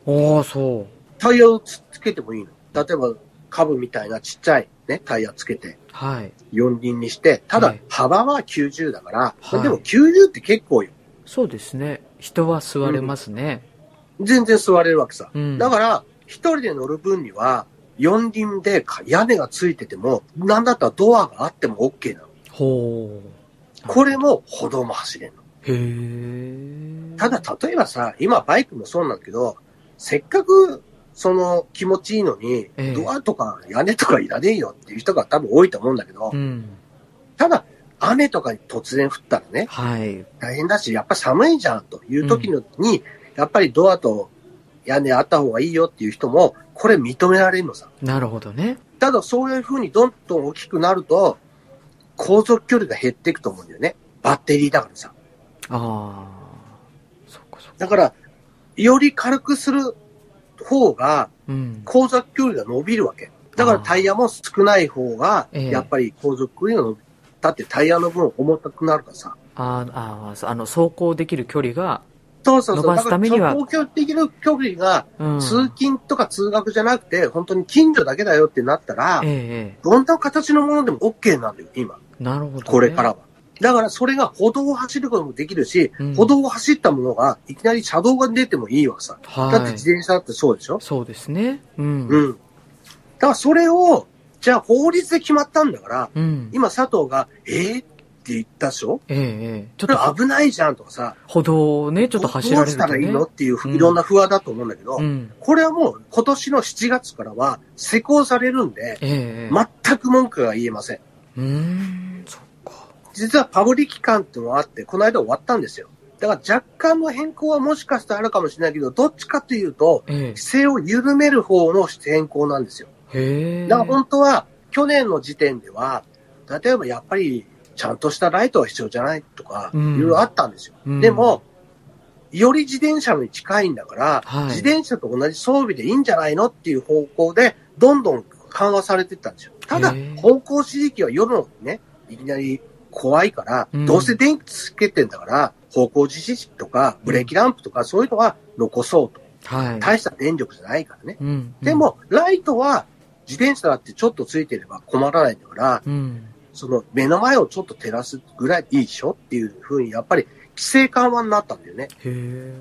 Speaker 2: ああ、そう。
Speaker 1: タイヤをつつけてもいいの。例えば、カブみたいなちっちゃいね、タイヤつけて、
Speaker 2: はい。
Speaker 1: 四輪にして、た
Speaker 2: は
Speaker 1: だ
Speaker 2: い
Speaker 1: 幅は90だから、
Speaker 2: はい
Speaker 1: でも90って結構よ。
Speaker 2: そうですね。人は座れますね。
Speaker 1: 全然座れるわけさ。
Speaker 2: うん。
Speaker 1: だから、一人で乗る分には、四輪でか屋根がついてても、なんだったらドアがあっても OK なの。
Speaker 2: ほう。
Speaker 1: これも歩道も走れるの。
Speaker 2: へえ。
Speaker 1: ただ、例えばさ、今バイクもそうなんだけど、せっかく、その気持ちいいのに
Speaker 2: ええ、
Speaker 1: ドアとか屋根とかいらねえよっていう人が多分多いと思うんだけど
Speaker 2: う、ん。
Speaker 1: ただ、雨とかに突然降ったらね、
Speaker 2: はい。
Speaker 1: 大変だし、やっぱ寒いじゃんという時のに、やっぱりドアと屋根あった方がいいよっていう人も、これ認められるのさ。
Speaker 2: なるほどね。
Speaker 1: ただそういう風にどんどん大きくなると、航続距離が減っていくと思うんだよね。バッテリーだからさ。
Speaker 2: ああ。そっかそっか。
Speaker 1: だから、より軽くする方が、
Speaker 2: うん。
Speaker 1: 航続距離が伸びるわけ。だからタイヤも少ない方が、
Speaker 2: ええ
Speaker 1: やっぱり航続距離が伸びる。だってタイヤの分重たくなるからさ。
Speaker 2: あーあー、そうあの、走行できる距離が、
Speaker 1: そうそうそう。
Speaker 2: 伸ばすためには
Speaker 1: だから走行距離的な距離が
Speaker 2: うん。
Speaker 1: 通勤とか通学じゃなくて、本当に近所だけだよってなったら
Speaker 2: え、ええ
Speaker 1: どんな形のものでも OK なんだよ、今。
Speaker 2: え。なるほど、ね。
Speaker 1: これからは。だからそれが歩道を走ることもできるし、
Speaker 2: うん
Speaker 1: 歩道を走ったものがいきなり車道が出てもいいわけさ。
Speaker 2: はい。
Speaker 1: だって自転車だってそうでしょ、
Speaker 2: そうですね。うん。
Speaker 1: うん。だからそれを、じゃあ法律で決まったんだから、
Speaker 2: うん。
Speaker 1: 今佐藤が、えー、って言ったでしょ
Speaker 2: ええええ。ちょっ
Speaker 1: それ
Speaker 2: と
Speaker 1: 危ないじゃんとかさ、
Speaker 2: 歩道をね、ちょっと走られると、ね。
Speaker 1: どうしたらいいのっていう
Speaker 2: うん
Speaker 1: いろんな不安だと思うんだけど、
Speaker 2: うん。
Speaker 1: これはもう今年の7月からは施行されるんで、
Speaker 2: ええええ。
Speaker 1: 全く文句が言えません。
Speaker 2: うーん、そっか。
Speaker 1: 実はパブリ期間っていうのがあって、この間終わったんですよ。だから若干の変更はもしかしたらあるかもしれないけど、どっちかというと、
Speaker 2: ええ。
Speaker 1: 規制を緩める方の変更なんですよ。
Speaker 2: へえ。
Speaker 1: だから本当は、去年の時点では、例えばやっぱり、ちゃんとしたライトは必要じゃないとか、い
Speaker 2: うん
Speaker 1: ろいろあったんですよ。
Speaker 2: うん
Speaker 1: でも、より自転車に近いんだから、
Speaker 2: はい
Speaker 1: 自転車と同じ装備でいいんじゃないのっていう方向で、どんどん緩和されていったんですよ。ただ
Speaker 2: へー、
Speaker 1: 方向指示器は夜のね、いきなり怖いから、
Speaker 2: うん
Speaker 1: どうせ電気つけてんだから、方向指示器とか、ブレーキランプとか、そういうのは残そうと。
Speaker 2: はい。
Speaker 1: 大した電力じゃないからね。
Speaker 2: うん。
Speaker 1: で、も、ライトは、自転車だってちょっとついてれば困らないんだから、
Speaker 2: うん。
Speaker 1: その目の前をちょっと照らすぐらいいいでしょっていうふうに、やっぱり規制緩和になったんだよね。
Speaker 2: へえ。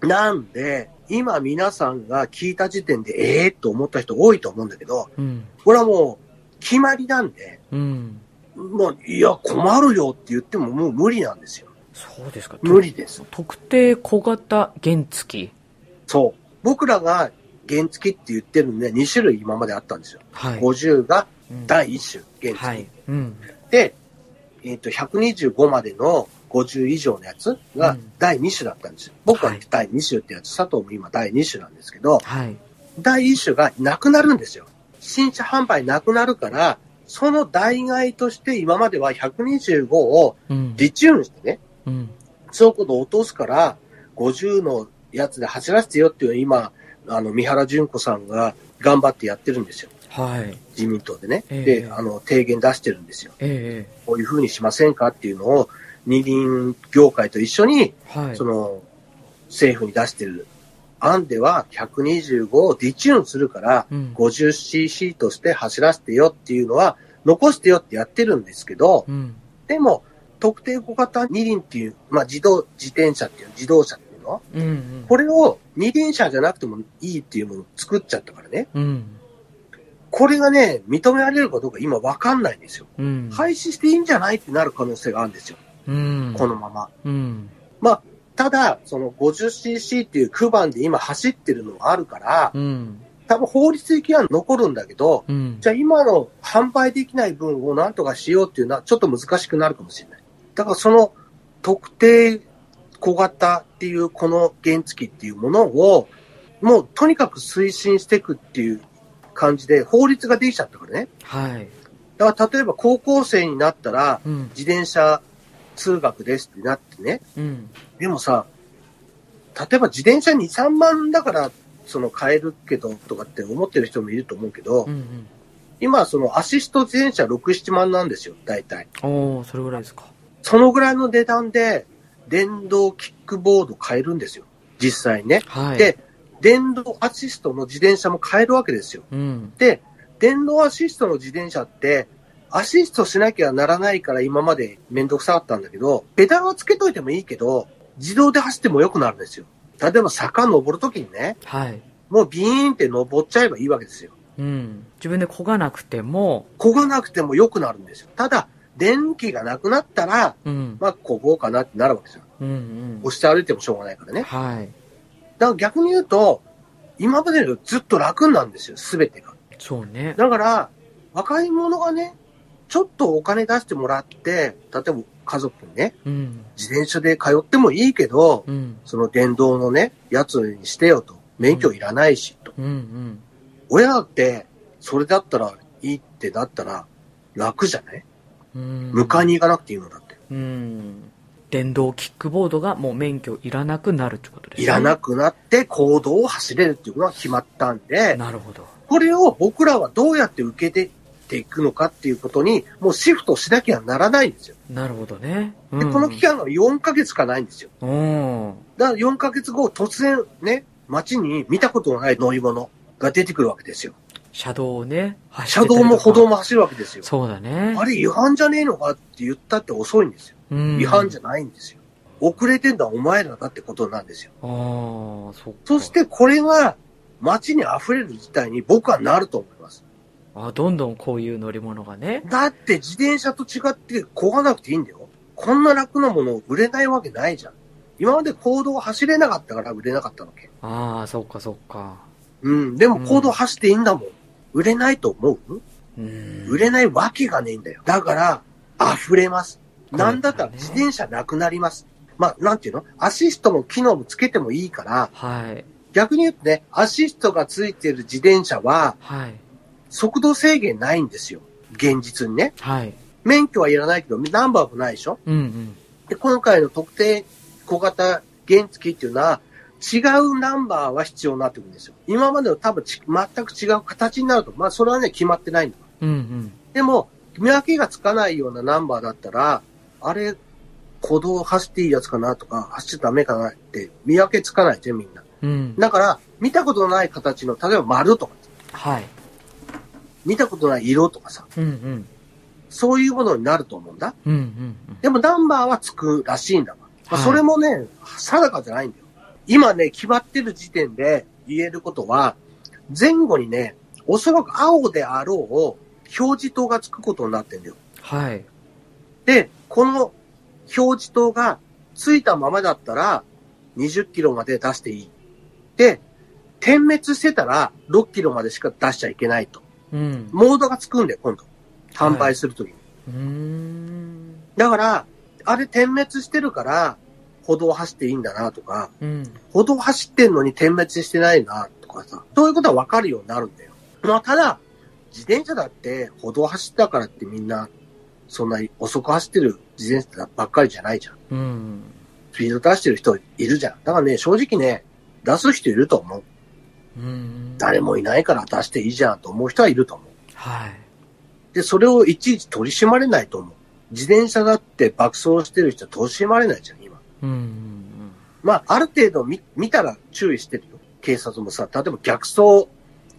Speaker 1: なんで、今皆さんが聞いた時点で、ええー、と思った人多いと思うんだけど、
Speaker 2: うん。
Speaker 1: これはもう決まりなんで、
Speaker 2: うん。
Speaker 1: まあ、いや、困るよって言ってももう無理なんですよ。
Speaker 2: そうですか。
Speaker 1: 無理です。
Speaker 2: 特定小型原付。
Speaker 1: そう。僕らが原付って言ってるのね、2種類今まであったんですよ。
Speaker 2: はい。
Speaker 1: 50が
Speaker 2: うん
Speaker 1: 第1種、原
Speaker 2: は
Speaker 1: 付。
Speaker 2: い。うん。
Speaker 1: で、えっ、と、125までの50以上のやつ
Speaker 2: う
Speaker 1: が
Speaker 2: ん
Speaker 1: 第2種だったんですよ。僕は
Speaker 2: はい
Speaker 1: 第2種ってやつ、佐藤も今第2種なんですけど、
Speaker 2: はい。
Speaker 1: 第1種がなくなるんですよ。新車販売なくなるから、その代替として今までは125を
Speaker 2: うん。
Speaker 1: リチューンしてね、
Speaker 2: うん。
Speaker 1: そういうことを落とすから、50のやつで走らせてよっていう今、あの、三原淳子さんが頑張ってやってるんですよ。
Speaker 2: はい。
Speaker 1: 自民党でね。
Speaker 2: ええ
Speaker 1: で、あの、提言出してるんですよ。
Speaker 2: ええ
Speaker 1: こういう風にしませんかっていうのを、二輪業界と一緒に、
Speaker 2: はい。
Speaker 1: その、政府に出してる案では、125をディチューンするから、
Speaker 2: うん。
Speaker 1: 50cc として走らせてよっていうのは、残してよってやってるんですけど、
Speaker 2: うん。
Speaker 1: でも、特定小型二輪っていう、まあ、自動、自転車っていう、自動車っていうの
Speaker 2: うんうん。
Speaker 1: これを二輪車じゃなくてもいいっていうものを作っちゃったからね。
Speaker 2: うん。
Speaker 1: これがね、認められるかどうか今わかんないんですよ。
Speaker 2: うん。
Speaker 1: 廃止していいんじゃないってなる可能性があるんですよ。
Speaker 2: うん。
Speaker 1: このまま。
Speaker 2: うん。
Speaker 1: ただ、その 50cc っていう区番で今走ってるのがあるから、
Speaker 2: うん。
Speaker 1: 多分法律的には残るんだけど、
Speaker 2: うん。
Speaker 1: じゃあ今の販売できない分をなんとかしようっていうのはちょっと難しくなるかもしれない。だからその特定小型っていうこの原付っていうものを、もうとにかく推進していくっていう感じで法律ができちゃったからね。
Speaker 2: はい。
Speaker 1: だから例えば高校生になったら
Speaker 2: うん。
Speaker 1: 自転車通学ですってなってね、
Speaker 2: うん。
Speaker 1: でもさ、例えば自転車2、3万だから、その買えるけどとかって思ってる人もいると思うけど、
Speaker 2: うん。うん。
Speaker 1: 今そのアシスト自転車6、7万なんですよ、大体。
Speaker 2: おー、それぐらいですか。
Speaker 1: そのぐらいの値段で、電動キックボード買えるんですよ、実際ね。
Speaker 2: はい。
Speaker 1: で、電動アシストの自転車も買えるわけですよ。
Speaker 2: うん。
Speaker 1: で、電動アシストの自転車って、アシストしなきゃならないから今までめんどくさかったんだけど、ペダルはつけといてもいいけど、自動で走っても良くなるんですよ。例えば坂登るときにね、
Speaker 2: はい。
Speaker 1: もうビーンって登っちゃえばいいわけですよ。
Speaker 2: うん。自分で漕がなくても、
Speaker 1: 漕がなくても良くなるんですよ。ただ、電気がなくなったら、
Speaker 2: うん。
Speaker 1: まあ、漕ごうかなってなるわけですよ。
Speaker 2: うんうん。
Speaker 1: 押して歩いてもしょうがないからね。
Speaker 2: はい。
Speaker 1: だから逆に言うと、今までよりずっと楽なんですよ、すべてが。
Speaker 2: そうね。
Speaker 1: だから、若い者がね、ちょっとお金出してもらって、例えば家族にね、
Speaker 2: うん。
Speaker 1: 自転車で通ってもいいけど、
Speaker 2: うん。
Speaker 1: その電動のね、やつにしてよと。免許いらないし、と。
Speaker 2: うんうん。
Speaker 1: 親だって、それだったらいいってなったら、楽じゃない
Speaker 2: うん。
Speaker 1: 迎えに行かなくていいのだって。
Speaker 2: うん。電動キックボードがもう免許いらなくなるってことですね。
Speaker 1: いらなくなって行動を走れるっていうのが決まったんで、
Speaker 2: なるほど。
Speaker 1: これを僕らはどうやって受けてっていくのかっていうことに、もうシフトしなきゃならないんですよ。
Speaker 2: なるほどね。
Speaker 1: で、
Speaker 2: うん、
Speaker 1: この期間が4ヶ月しかないんですよ。
Speaker 2: うん。
Speaker 1: だから4ヶ月後、突然ね、街に見たことのない乗り物が出てくるわけですよ。
Speaker 2: 車道をね、走
Speaker 1: 車
Speaker 2: ってた
Speaker 1: 道
Speaker 2: りとか
Speaker 1: も歩道も走るわけですよ。
Speaker 2: そうだね。
Speaker 1: あれ違反じゃねえのかって言ったって遅いんですよ。
Speaker 2: うん、
Speaker 1: 違反じ
Speaker 2: ゃ
Speaker 1: ゃないんですよ。遅れてんだお前らだってことなんですよ。
Speaker 2: ああ、そっか。
Speaker 1: そし、てこれが街に溢れる事態に僕はなると思います。
Speaker 2: あどんどんこういう乗り物がね。
Speaker 1: だって自転車と違って漕がなくていいんだよ。こんな楽なものを売れないわけないじゃん。今まで行動を走れなかったから売れなかったわけ。
Speaker 2: ああ、そっかそっか。
Speaker 1: うん。でも行動走っていいんだもん。売れないと思う
Speaker 2: うん。
Speaker 1: 売れないわけがねえんだよ。だから、溢れます。
Speaker 2: これから
Speaker 1: な
Speaker 2: ね
Speaker 1: んだったら自転車なくなります。まあ、なんていうのアシストの機能もつけてもいいから、
Speaker 2: はい。
Speaker 1: 逆に言うとね、アシストがついてる自転車は、
Speaker 2: はい。
Speaker 1: 速度制限ないんですよ。現実にね。
Speaker 2: はい。
Speaker 1: 免許はいらないけど、ナンバーもないでしょ
Speaker 2: うんうん。
Speaker 1: で、今回の特定小型原付っていうのは、違うナンバーは必要になってくるんですよ。今までの多分ち全く違う形になると。まあ、それはね、決まってないんだ
Speaker 2: うんうん。
Speaker 1: でも、見分けがつかないようなナンバーだったら、あれ、歩道走っていいやつかなとか、走っちゃダメかなって、見分けつかないじゃん、みんな。
Speaker 2: うん。
Speaker 1: だから、見たことのない形の、例えば丸とか、
Speaker 2: はい。
Speaker 1: 見たことない色とかさ、
Speaker 2: うんうん。
Speaker 1: そういうものになると思うんだ。
Speaker 2: うんうんうん。
Speaker 1: でもナンバーはつくらしいんだわ。まあ、それもね、定かじゃないんだよ。今ね、決まってる時点で言えることは、前後にね、おそらく青であろうを表示灯がつくことになってんだよ。
Speaker 2: はい。
Speaker 1: で、この表示灯がついたままだったら、20キロまで出していい。で、点滅してたら、6キロまでしか出しちゃいけないと。
Speaker 2: うん。
Speaker 1: モードがつくんだよ、今度。販売するときに。
Speaker 2: うーん。
Speaker 1: だから、あれ点滅してるから、歩道走っていいんだなとか、
Speaker 2: うん。
Speaker 1: 歩道走ってんのに点滅してないなとかさ、そういうことはわかるようになるんだよ。まあ、ただ、自転車だって歩道走ったからってみんな、そんなに遅く走ってる自転車ばっかりじゃないじゃん。
Speaker 2: うん。
Speaker 1: スピード出してる人いるじゃん。だからね、正直ね、出す人いると思う。
Speaker 2: うん。
Speaker 1: 誰もいないから出していいじゃんと思う人はいると思う。
Speaker 2: はい。
Speaker 1: で、それをいちいち取り締まれないと思う。自転車だって爆走してる人は取り締まれないじゃん、今。
Speaker 2: うん。
Speaker 1: まあ、ある程度見見たら注意してるよ。警察もさ、例えば逆走、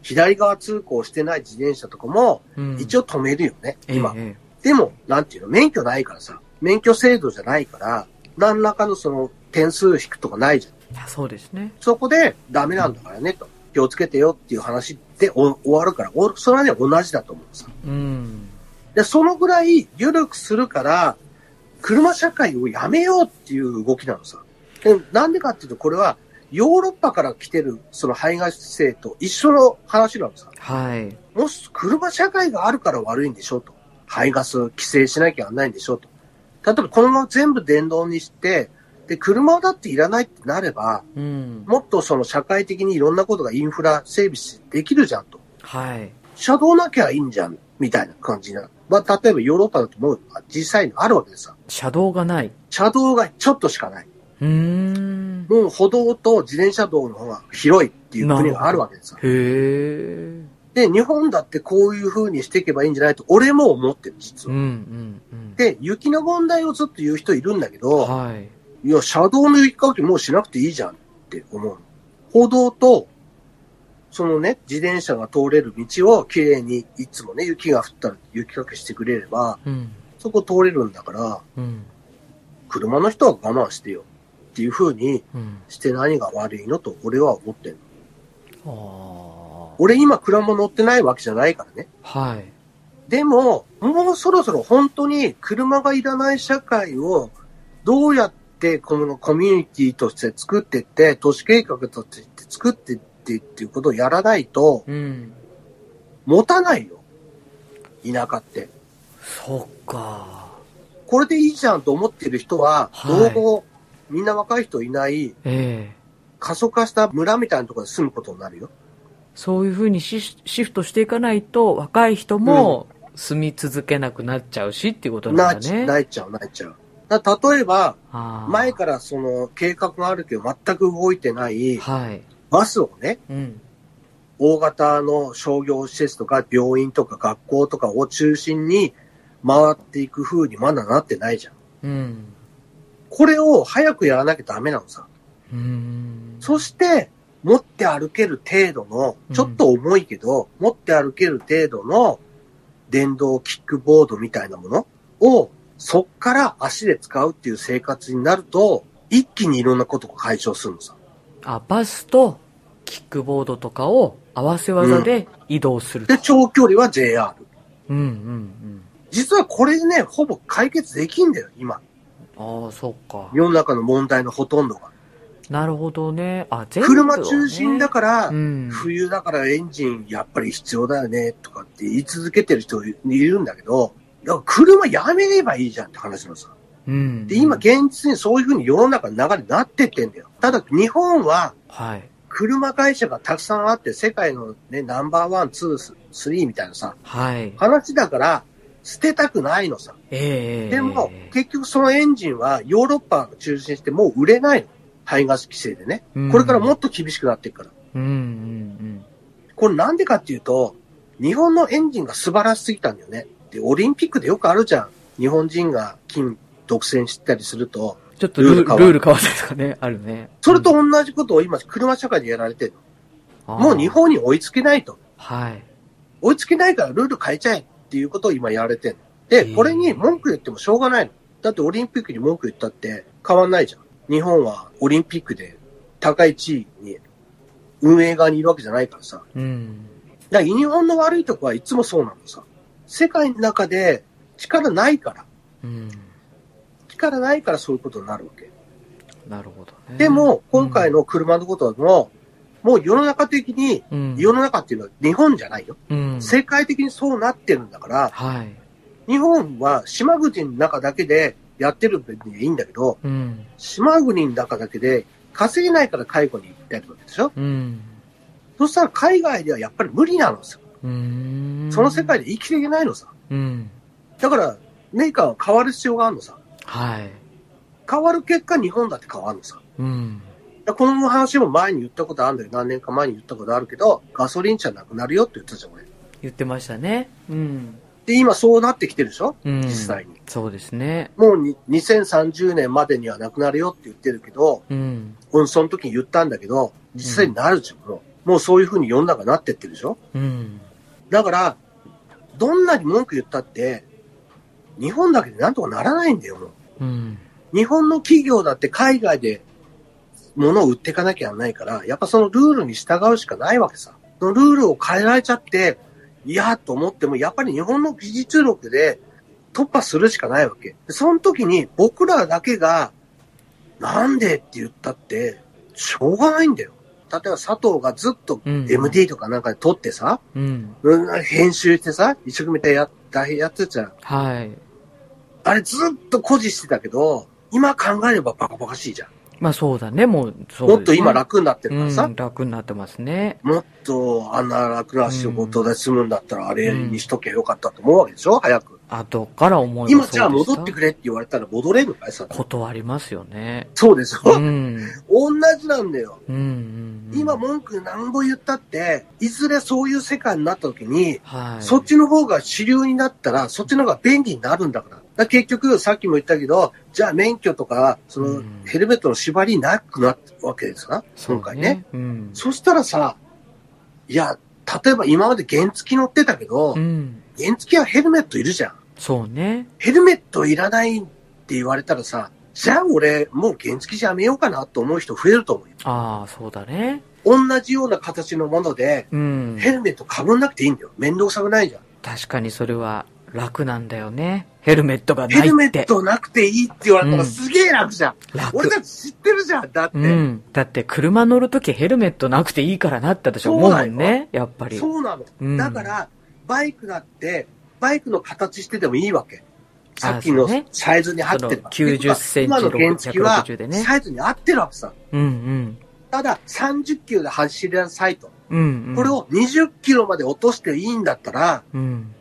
Speaker 1: 左側通行してない自転車とかも、
Speaker 2: うん。
Speaker 1: 一応止めるよね、
Speaker 2: ええ、
Speaker 1: 今。
Speaker 2: え
Speaker 1: でも、なんていうの、免許ないからさ、免許制度じゃないから、何らかのその点数引くとかないじゃん。
Speaker 2: え。あそうですね。
Speaker 1: そこで、ダメなんだからね、と。気をつけてよっていう話でお終わるから、おそれはね、同じだと思うさ。
Speaker 2: うん。
Speaker 1: で、そのぐらい緩くするから、車社会をやめようっていう動きなのさ。でなんでかっていうと、これはヨーロッパから来てるその排ガス規制と一緒の話なのさ。
Speaker 2: はい。
Speaker 1: もし車社会があるから悪いんでしょと。排ガス規制しなきゃなんないんでしょと。例えばこのまま全部電動にして、で、車だっていらないってなれば、
Speaker 2: うん。
Speaker 1: もっとその社会的にいろんなことがインフラ整備しできるじゃんと。
Speaker 2: はい。
Speaker 1: 車道なきゃいいんじゃん、みたいな感じな。まあ、例えばヨーロッパだともう実際にあるわけでさ。
Speaker 2: 車道がない。
Speaker 1: 車道がちょっとしかない。
Speaker 2: うーん。
Speaker 1: もう歩道と自転車道の方が広いっていう国があるわけでさ。
Speaker 2: へえ。
Speaker 1: で、日本だってこういう風にしていけばいいんじゃないと、俺も思ってる、
Speaker 2: う
Speaker 1: 実
Speaker 2: んう
Speaker 1: は。
Speaker 2: んうん。
Speaker 1: で、雪の問題をずっと言う人いるんだけど、
Speaker 2: はい。
Speaker 1: いや、車道の雪かきもうしなくていいじゃんって思うの。歩道と、そのね、自転車が通れる道をきれいに、いつもね、雪が降ったら雪かきしてくれれば、
Speaker 2: うん。
Speaker 1: そこ通れるんだから、
Speaker 2: うん。
Speaker 1: 車の人は我慢してよっていう風に
Speaker 2: うん。
Speaker 1: して何が悪いのと俺は思ってる。
Speaker 2: ああ。
Speaker 1: 俺今車乗ってないわけじゃないからね。
Speaker 2: はい。
Speaker 1: でも、もうそろそろ本当に車がいらない社会をどうやってこのコミュニティとして作ってって、都市計画として作ってってっていうことをやらないと、
Speaker 2: うん。
Speaker 1: 持たないよ。田舎って。
Speaker 2: そっか。
Speaker 1: これでいいじゃんと思ってる人は、
Speaker 2: はい
Speaker 1: 老後、みんな若い人いない、
Speaker 2: ええ
Speaker 1: 過疎化した村みたいなところで住むことになるよ。
Speaker 2: そういうふうにシシフトしていかないと、若い人も住み続けなくなっちゃうしっていうこと
Speaker 1: な
Speaker 2: な
Speaker 1: っ
Speaker 2: ん
Speaker 1: ち
Speaker 2: だね。
Speaker 1: なっちゃう、なっちゃう。だから例えば、
Speaker 2: あー
Speaker 1: 前からその計画があるけど全く動いてない
Speaker 2: はい。
Speaker 1: バスをね、
Speaker 2: うん。
Speaker 1: 大型の商業施設とか病院とか学校とかを中心に回っていく風にまだなってないじゃん。
Speaker 2: うん。
Speaker 1: これを早くやらなきゃダメなのさ。
Speaker 2: うーん。
Speaker 1: そして、持って歩ける程度の、ちょっと重いけど、持って歩ける程度の電動キックボードみたいなものを、そっから足で使うっていう生活になると、一気にいろんなことが解消するのさ。
Speaker 2: あ、バスとキックボードとかを合わせ技で移動すると
Speaker 1: で、。長距離は JR。
Speaker 2: うんうん
Speaker 1: 実はこれね、ほぼ解決できんだよ、今。
Speaker 2: うん。ああ、そっか。
Speaker 1: 世の中の問題のほとんどが。
Speaker 2: なるほどね。あ、全部、ね。
Speaker 1: 車中心だから
Speaker 2: う、ん。
Speaker 1: 冬だからエンジンやっぱり必要だよね、とかって言い続けてる人いるんだけど、いや車やめればいいじゃんって話なのさ。
Speaker 2: うん。
Speaker 1: で、今、現実にそういうふうに世の中の流れになってってんだよ。ただ、日本は
Speaker 2: はい。
Speaker 1: 車会社がたくさんあって、世界のね、ナンバーワン、ツー、スリーみたいなさ、
Speaker 2: はい。
Speaker 1: 話だから、捨てたくないのさ。
Speaker 2: ええ
Speaker 1: でも、結局そのエンジンはヨーロッパを中心にしてもう売れないの。排ガス規制でね。これからも
Speaker 2: っ
Speaker 1: っと厳しくなっていくから。
Speaker 2: うんうん
Speaker 1: これなんでかっていうと、日本のエンジンが素晴らしすぎたんだよね。で、オリンピックでよくあるじゃん。日本人が金独占したりすると。
Speaker 2: うん。ちょっとルール
Speaker 1: ルール変わる
Speaker 2: ルール変わったりとかね、あるね。
Speaker 1: それと同じことを今、車社会でやられてる
Speaker 2: あ
Speaker 1: の。
Speaker 2: ー
Speaker 1: もう日。本に追いつけないと。
Speaker 2: はい。
Speaker 1: 追いつけないからルール変えちゃえっていうことを今やられてるの。
Speaker 2: へ
Speaker 1: で、
Speaker 2: ー
Speaker 1: これに文句言ってもしょうがないの。だってオリンピックに文句言ったって、変わんないじゃん。日本はオリンピックで高い地位に運営側にいるわけじゃないからさ。
Speaker 2: うん。
Speaker 1: だから日本の悪いとこはいつもそうなのさ。世界の中で力ないから。
Speaker 2: うん。
Speaker 1: 力ないからそういうことになるわけ。
Speaker 2: なるほどね。
Speaker 1: でも、今回の車のことも、もう世の中的に、
Speaker 2: うん、
Speaker 1: 世の中っていうのは日本じゃないよ。
Speaker 2: うん、
Speaker 1: 世界的にそうなってるんだから、
Speaker 2: はい。
Speaker 1: 日本は島国の中だけでやってる分にはいいんだけど、
Speaker 2: うん。
Speaker 1: 島国の中だけで稼げないから介護に行ったりとかでしょ
Speaker 2: うん。
Speaker 1: そしたら海外ではやっぱり無理なのさ。
Speaker 2: うーん。
Speaker 1: その世界で生きていけないのさ。
Speaker 2: うん。
Speaker 1: だから、メーカーは変わる必要があるのさ。
Speaker 2: はい。
Speaker 1: 変わる結果、日本だって変わるのさ。
Speaker 2: うん。
Speaker 1: だこの話も前に言ったことあるんだよ。何年か前に言ったことあるけど、ガソリン車なくなるよって言ってたじゃん、俺。
Speaker 2: 言ってましたね。うん。
Speaker 1: で、今そうなってきてるでしょ
Speaker 2: うん。
Speaker 1: 実際に。
Speaker 2: そうですね。
Speaker 1: もうに2030年までにはなくなるよって言ってるけど、
Speaker 2: うん。
Speaker 1: 俺その時に言ったんだけど、実際になるじゃん、もう。もうそういう風に世の中なってってるでしょ
Speaker 2: うん。
Speaker 1: だから、どんなに文句言ったって、日本だけでなんとかならないんだよ、もう。
Speaker 2: うん。
Speaker 1: 日本の企業だって海外で物を売っていかなきゃなんないから、やっぱそのルールに従うしかないわけさ。そのルールを変えられちゃって、いやと思っても、やっぱり日本の技術力で突破するしかないわけ。でその時に僕らだけが、なんでって言ったって、しょうがないんだよ。例えば佐藤がずっと
Speaker 2: うん。
Speaker 1: MD とかなんかで撮ってさ、
Speaker 2: うん。
Speaker 1: うん編集してさ、一生懸命や大変やってたじゃん。
Speaker 2: はい。
Speaker 1: あれずっと誇示してたけど、今考えればバカバカしいじゃん。
Speaker 2: まあそうだね、もう、そうですね
Speaker 1: もっと今楽になってるからさ、
Speaker 2: うん、楽になってますね。
Speaker 1: もっとあんな楽な仕事で済むんだったら、あれにしとけばよかったと思うわけでしょ、早く。
Speaker 2: 後から思い
Speaker 1: 今じゃあ戻って
Speaker 2: る。
Speaker 1: くれって言われたら戻れるかいさ。
Speaker 2: 断りますよね。
Speaker 1: そうでしょ、
Speaker 2: うん。
Speaker 1: 同じなんだよ。
Speaker 2: うんうん。うん
Speaker 1: 今、文句なんぼ言ったって、いずれそういう世界になった時に、
Speaker 2: はい。
Speaker 1: そっちの方が主流になったら、そっちの方が便利になるんだから。だから結局、さっきも言ったけど、じゃあ免許とか、その
Speaker 2: うん
Speaker 1: ヘルメットの縛りなくなったわけですか、今回ね。。
Speaker 2: うん。
Speaker 1: そしたらさ、いや、例えば今まで原付き乗ってたけど、
Speaker 2: うん。
Speaker 1: 原付きはヘルメットいるじゃん。
Speaker 2: そうね。
Speaker 1: ヘルメットいらないって言われたらさ、じゃあ俺、もう原付きじゃやめようかなと思う人増えると思うよ。
Speaker 2: ああ、そうだね。
Speaker 1: 同じような形のもので、
Speaker 2: うん。
Speaker 1: ヘルメット被んなくていいんだよ。面倒くさくないじゃん。
Speaker 2: 確かにそれは楽なんだよね。ヘルメットがないって。
Speaker 1: ヘルメットなくていいって言われたら
Speaker 2: うん
Speaker 1: すげえ楽じゃん。
Speaker 2: 楽
Speaker 1: 俺。たち知ってるじゃん。だって。
Speaker 2: うん。だって車乗るときヘルメットなくていいからなって私は思うもん
Speaker 1: そうだよ
Speaker 2: ね。やっぱり。
Speaker 1: そうなの。
Speaker 2: うん
Speaker 1: だから、バイクだって、バイクの形しててもいいわけ。
Speaker 2: あー
Speaker 1: さっきの
Speaker 2: そうね
Speaker 1: サイズに合ってるわけ。
Speaker 2: その90センチ
Speaker 1: 今の原付は
Speaker 2: 160でね
Speaker 1: サイズに合ってるわけさ。
Speaker 2: うんうん。
Speaker 1: ただ、30キロで走れなさいと。
Speaker 2: うん、うん。
Speaker 1: これ。を20キロまで落としていいんだったら、
Speaker 2: うん。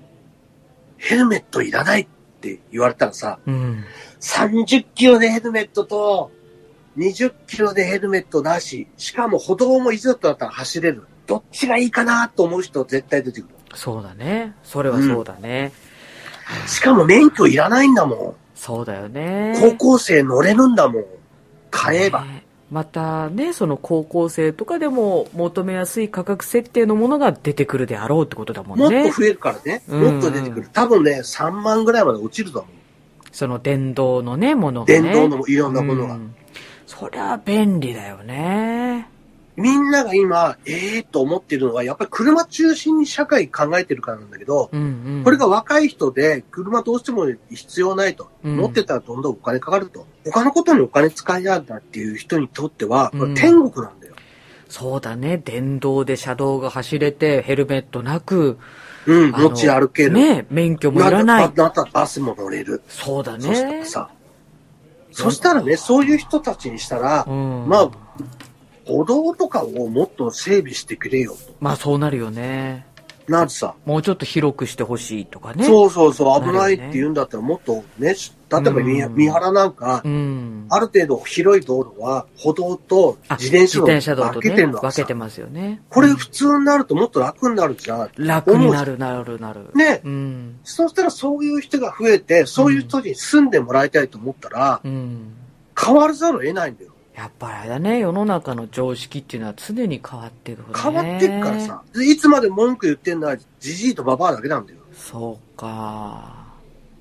Speaker 1: ヘルメットいらないって言われたらさ、
Speaker 2: うん。
Speaker 1: 30キロでヘルメットと、20キロでヘルメットなし、しかも歩道もいずっとだったら走れる。どっちがいいかなと思う人絶対出てくる。
Speaker 2: そうだね。それはそうだね。
Speaker 1: しかも免許いらないんだもん。
Speaker 2: そうだよね。
Speaker 1: 高校生乗れるんだもん。買えば。
Speaker 2: ねまたね、その高校生とかでも求めやすい価格設定のものが出てくるであろうってことだもん
Speaker 1: もっ
Speaker 2: ね。
Speaker 1: と増えるからね。
Speaker 2: うん
Speaker 1: もっと出てくる。多分ね、3万ぐらいまで落ちると思う。
Speaker 2: その電動のね、ものがね。
Speaker 1: 電動のいろんなもの
Speaker 2: う
Speaker 1: が。
Speaker 2: んそりゃ便利だよね。
Speaker 1: みんなが今、ええと思ってるのは、やっぱり車中心に社会考えてるからなんだけど、
Speaker 2: うんうん。
Speaker 1: これが若い人で、車どうしても必要ないと。
Speaker 2: うん
Speaker 1: 持ってたらどんどんお金かかると。他のことにお金使いなんだっていう人にとっては、こ
Speaker 2: うん
Speaker 1: れ天国なんだよ。
Speaker 2: そうだね。電動で車道が走れて、ヘルメットなく、
Speaker 1: うん、
Speaker 2: あの
Speaker 1: 持ち歩ける。
Speaker 2: ね、免許もいらない
Speaker 1: ん。だったらバスも乗れる。
Speaker 2: そうだ
Speaker 1: そした
Speaker 2: ね
Speaker 1: ら。さ、そしたらね、そういう人たちにしたら、
Speaker 2: うん。
Speaker 1: まあ、歩道とかをもっと整備してくれよと。
Speaker 2: まあそうなるよね。
Speaker 1: なるさ、
Speaker 2: もうちょっと広くしてほしいとかね。
Speaker 1: そうそうそう、危
Speaker 2: な
Speaker 1: な
Speaker 2: る
Speaker 1: い
Speaker 2: よ
Speaker 1: っ
Speaker 2: ね
Speaker 1: て言うんだったらもっとね、し例えばみ
Speaker 2: うん
Speaker 1: 三原なんか、
Speaker 2: うん。
Speaker 1: ある程度広い道路は歩道と
Speaker 2: あ
Speaker 1: 自転車道
Speaker 2: 自転車道と
Speaker 1: 分けて
Speaker 2: ね、
Speaker 1: るの
Speaker 2: 分
Speaker 1: が
Speaker 2: け
Speaker 1: さ
Speaker 2: て、ますよね。
Speaker 1: これ普通になるともっと楽になるじゃん。
Speaker 2: 楽になる、なる、なる。
Speaker 1: ね
Speaker 2: うん。
Speaker 1: そうしたらそういう人が増えて、そういう人に住んでもらいたいと思ったら、
Speaker 2: うん。
Speaker 1: 変わらざるを得ないんだよ。
Speaker 2: やっぱりあれだね、世の中の常識っていうのは常に変わっていく、ね。
Speaker 1: 変わってっから。さ、いつまで文句言ってんのはじじいとババアだけなんだよ。
Speaker 2: そうか。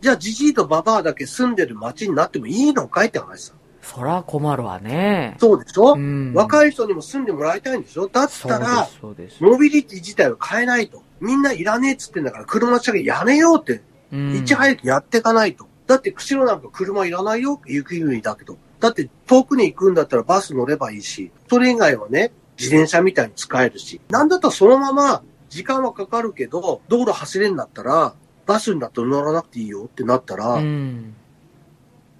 Speaker 1: じゃあ、じじいとババアだけ住んでる町になってもいいのかいって話さ。
Speaker 2: そら困るわね。
Speaker 1: そうでしょ、
Speaker 2: んい
Speaker 1: 若い人にも住んでもらいたいんでしょだった
Speaker 2: そ
Speaker 1: ら、
Speaker 2: うです、そうです。
Speaker 1: モビリティ自体を変えないと。みんないらねえっつってんだから、車の車検やめようって、
Speaker 2: うん
Speaker 1: いち早くやっていかないと。だって、釧路なんか車いらないよ、雪国だけど。だって、遠くに行くんだったらバス乗ればいいし、それ以外はね、自転車みたいに使えるし。なんだったらそのまま、時間はかかるけど、道路走れんだったら、バスになって乗らなくていいよってなったら、
Speaker 2: うん。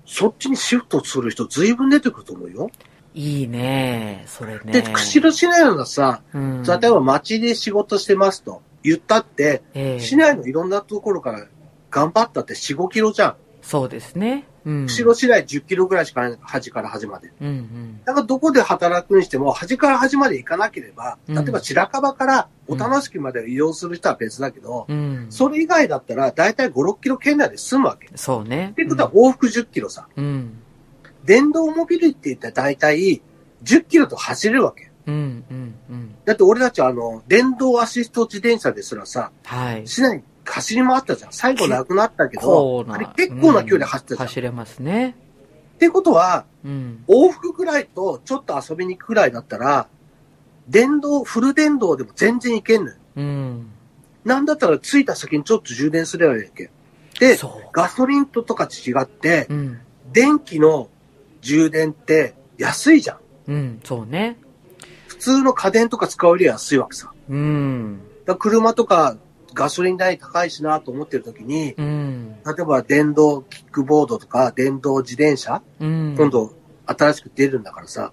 Speaker 1: そっちにシフトする人随分出てくると思うよ。
Speaker 2: いいね。それね。
Speaker 1: で、釧路市内ならさ、
Speaker 2: うん、
Speaker 1: 例えば街で仕事してますと言ったって、
Speaker 2: ええ
Speaker 1: 市内のいろんなところから頑張ったって4、5キロじゃん。
Speaker 2: そうですね。うん。
Speaker 1: 釧路市内10キロぐらいしかない端から端まで。
Speaker 2: うんうん。
Speaker 1: だからどこで働くにしても、端から端まで行かなければ、
Speaker 2: うん
Speaker 1: 例えば白樺からお楽しきまでを移動する人は別だけど、
Speaker 2: うん。
Speaker 1: それ以外だったら大体5、6キロ圏内で済むわけ。っ
Speaker 2: そうね。って
Speaker 1: ことは往復10キロさ。
Speaker 2: うん。
Speaker 1: 電動モビリティって大体10キロと走れるわけ。
Speaker 2: うんうんうん。
Speaker 1: だって俺たちはあの、電動アシスト自転車ですらさ、
Speaker 2: はい。
Speaker 1: 市内走り回ったじゃん。最後なくなったけ
Speaker 2: こ
Speaker 1: ど
Speaker 2: う、な
Speaker 1: あれ結構な距離で走った
Speaker 2: うん
Speaker 1: じゃん。
Speaker 2: 走れますね。
Speaker 1: ってことは、
Speaker 2: うん。
Speaker 1: 往復ぐらいとちょっと遊びに行くぐらいだったら、電動、フル電動でも全然いけんのよ。
Speaker 2: うん。
Speaker 1: なんだったら着いた先にちょっと充電すればいいわけ。で、
Speaker 2: そう
Speaker 1: ガソリンととか違って、
Speaker 2: うん。
Speaker 1: 電気の充電って安いじゃん。
Speaker 2: うん。そうね。
Speaker 1: 普通の家電とか使うより安いわけさ。
Speaker 2: うん。
Speaker 1: だから車とかガソリン代高いしなと思ってる時に、
Speaker 2: うん。
Speaker 1: 例えば電動キックボードとか電動自転車、
Speaker 2: うん。
Speaker 1: 今。度新しく出るんだからさ、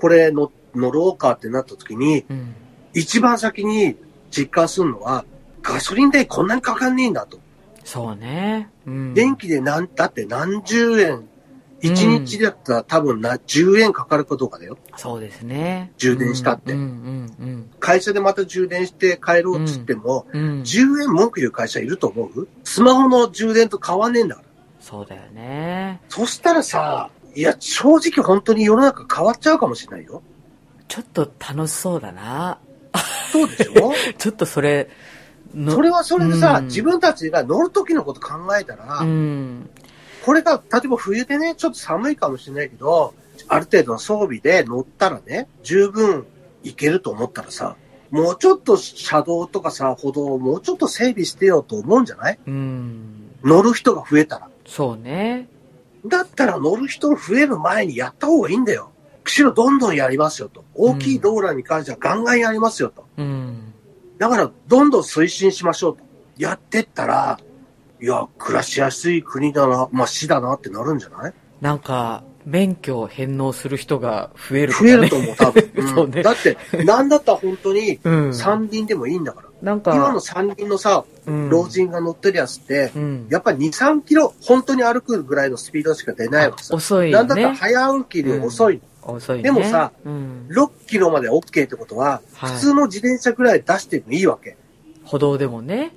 Speaker 1: これの乗ろうかってなった時に、
Speaker 2: うん。
Speaker 1: 一番先に実感するのは、ガソリン代こんなにかかんねえんだと。
Speaker 2: そうね。うん。
Speaker 1: 電気でなん、だって何十円、一日だったら多分な、10円かかるかどうかだよ。
Speaker 2: そうですね。
Speaker 1: 充電したって
Speaker 2: うんうん
Speaker 1: 会社でまた充電して帰ろうっつっても、
Speaker 2: うん。うん。
Speaker 1: 10円文句言う会社いると思うスマホの充電と変わんねえんだから。
Speaker 2: そうだよね。
Speaker 1: そしたらさ、いや、正直本当に世の中変わっちゃうかもしれないよ。
Speaker 2: ちょっと楽しそうだな。
Speaker 1: そうでし ょ
Speaker 2: ちょっとそれ、の
Speaker 1: それはそれでさ、
Speaker 2: うん
Speaker 1: 自分たちが乗る時のこと考えたら、
Speaker 2: うん。
Speaker 1: これが、例えば冬でね、ちょっと寒いかもしれないけど、ある程度の装備で乗ったらね、十分いけると思ったらさ、もうちょっと車道とかさ、歩道をもうちょっと整備してよと思うんじゃない
Speaker 2: うん。
Speaker 1: 乗る人が増えたら。
Speaker 2: そうね。
Speaker 1: だったら乗る人増える前にやった方がいいんだよ。釧路どんどんやりますよと。大きい道路に関してはガンガンやりますよと。
Speaker 2: うん。
Speaker 1: だから、どんどん推進しましょうと。やってったら、いや、暮らしやすい国だな、まあ、市だなってなるんじゃない
Speaker 2: なんか、免許を返納する人が増えるとか
Speaker 1: 増
Speaker 2: ね
Speaker 1: えると思う、多分。うん
Speaker 2: そうね
Speaker 1: だって、なんだったら本当に、
Speaker 2: うん。
Speaker 1: 三輪でもいいんだから。
Speaker 2: なんか、
Speaker 1: 今の三輪のさ、
Speaker 2: うん
Speaker 1: 老、人が乗ってるやつって、
Speaker 2: うん。
Speaker 1: やっぱり2、3キロ、本当に歩くぐらいのスピードしか出ないわけさ。
Speaker 2: 遅い
Speaker 1: な
Speaker 2: よ
Speaker 1: んだったら
Speaker 2: ね。
Speaker 1: 早歩きより遅い。
Speaker 2: 遅いね。
Speaker 1: でもさ
Speaker 2: うん、
Speaker 1: 6キロまで OK ってことは、
Speaker 2: はい
Speaker 1: 普通の自転車ぐらい出してもいいわけ。
Speaker 2: 歩道でもね。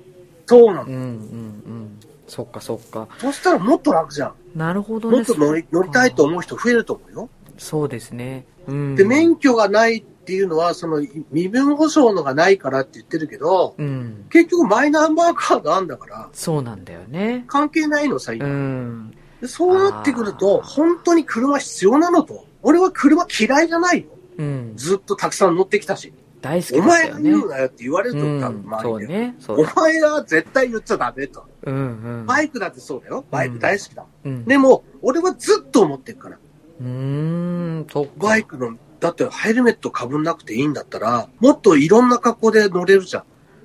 Speaker 1: そうな
Speaker 2: うん
Speaker 1: の。
Speaker 2: うんうん。そっかそっか。
Speaker 1: そしたらもっと楽じゃん。
Speaker 2: なるほどね。
Speaker 1: もっと乗り乗りたいと思う人増えると思うよ。
Speaker 2: そうですね。うん。
Speaker 1: で、免許がないっていうのは、その身分保障のがないからって言ってるけど、
Speaker 2: うん。
Speaker 1: 結局マイナンバーカードあんだから、
Speaker 2: そうなんだよね。
Speaker 1: 関係ないのさ、今
Speaker 2: うん。
Speaker 1: でそうなってくると、
Speaker 2: あー
Speaker 1: 本当に車必要なのと。俺は車嫌いじゃないよ。
Speaker 2: うん。
Speaker 1: ずっとたくさん乗ってきたし。
Speaker 2: 大好き
Speaker 1: お
Speaker 2: だった
Speaker 1: 前
Speaker 2: よ
Speaker 1: が
Speaker 2: ね。
Speaker 1: 言うなよって言われると、
Speaker 2: う
Speaker 1: 多
Speaker 2: ん。
Speaker 1: 分
Speaker 2: そ
Speaker 1: 周
Speaker 2: う
Speaker 1: りで。
Speaker 2: ね。そ
Speaker 1: お
Speaker 2: う。
Speaker 1: 前は絶対言っちゃダメと。
Speaker 2: うんうん。
Speaker 1: バイクだってそうだよ。バイク大好きだもん。
Speaker 2: うん。
Speaker 1: でも、俺はずっと思ってるから。
Speaker 2: うーん、そっか。
Speaker 1: バイクの、だってヘルメット被んなくていいんだったら、もっといろんな格好で乗れるじゃん。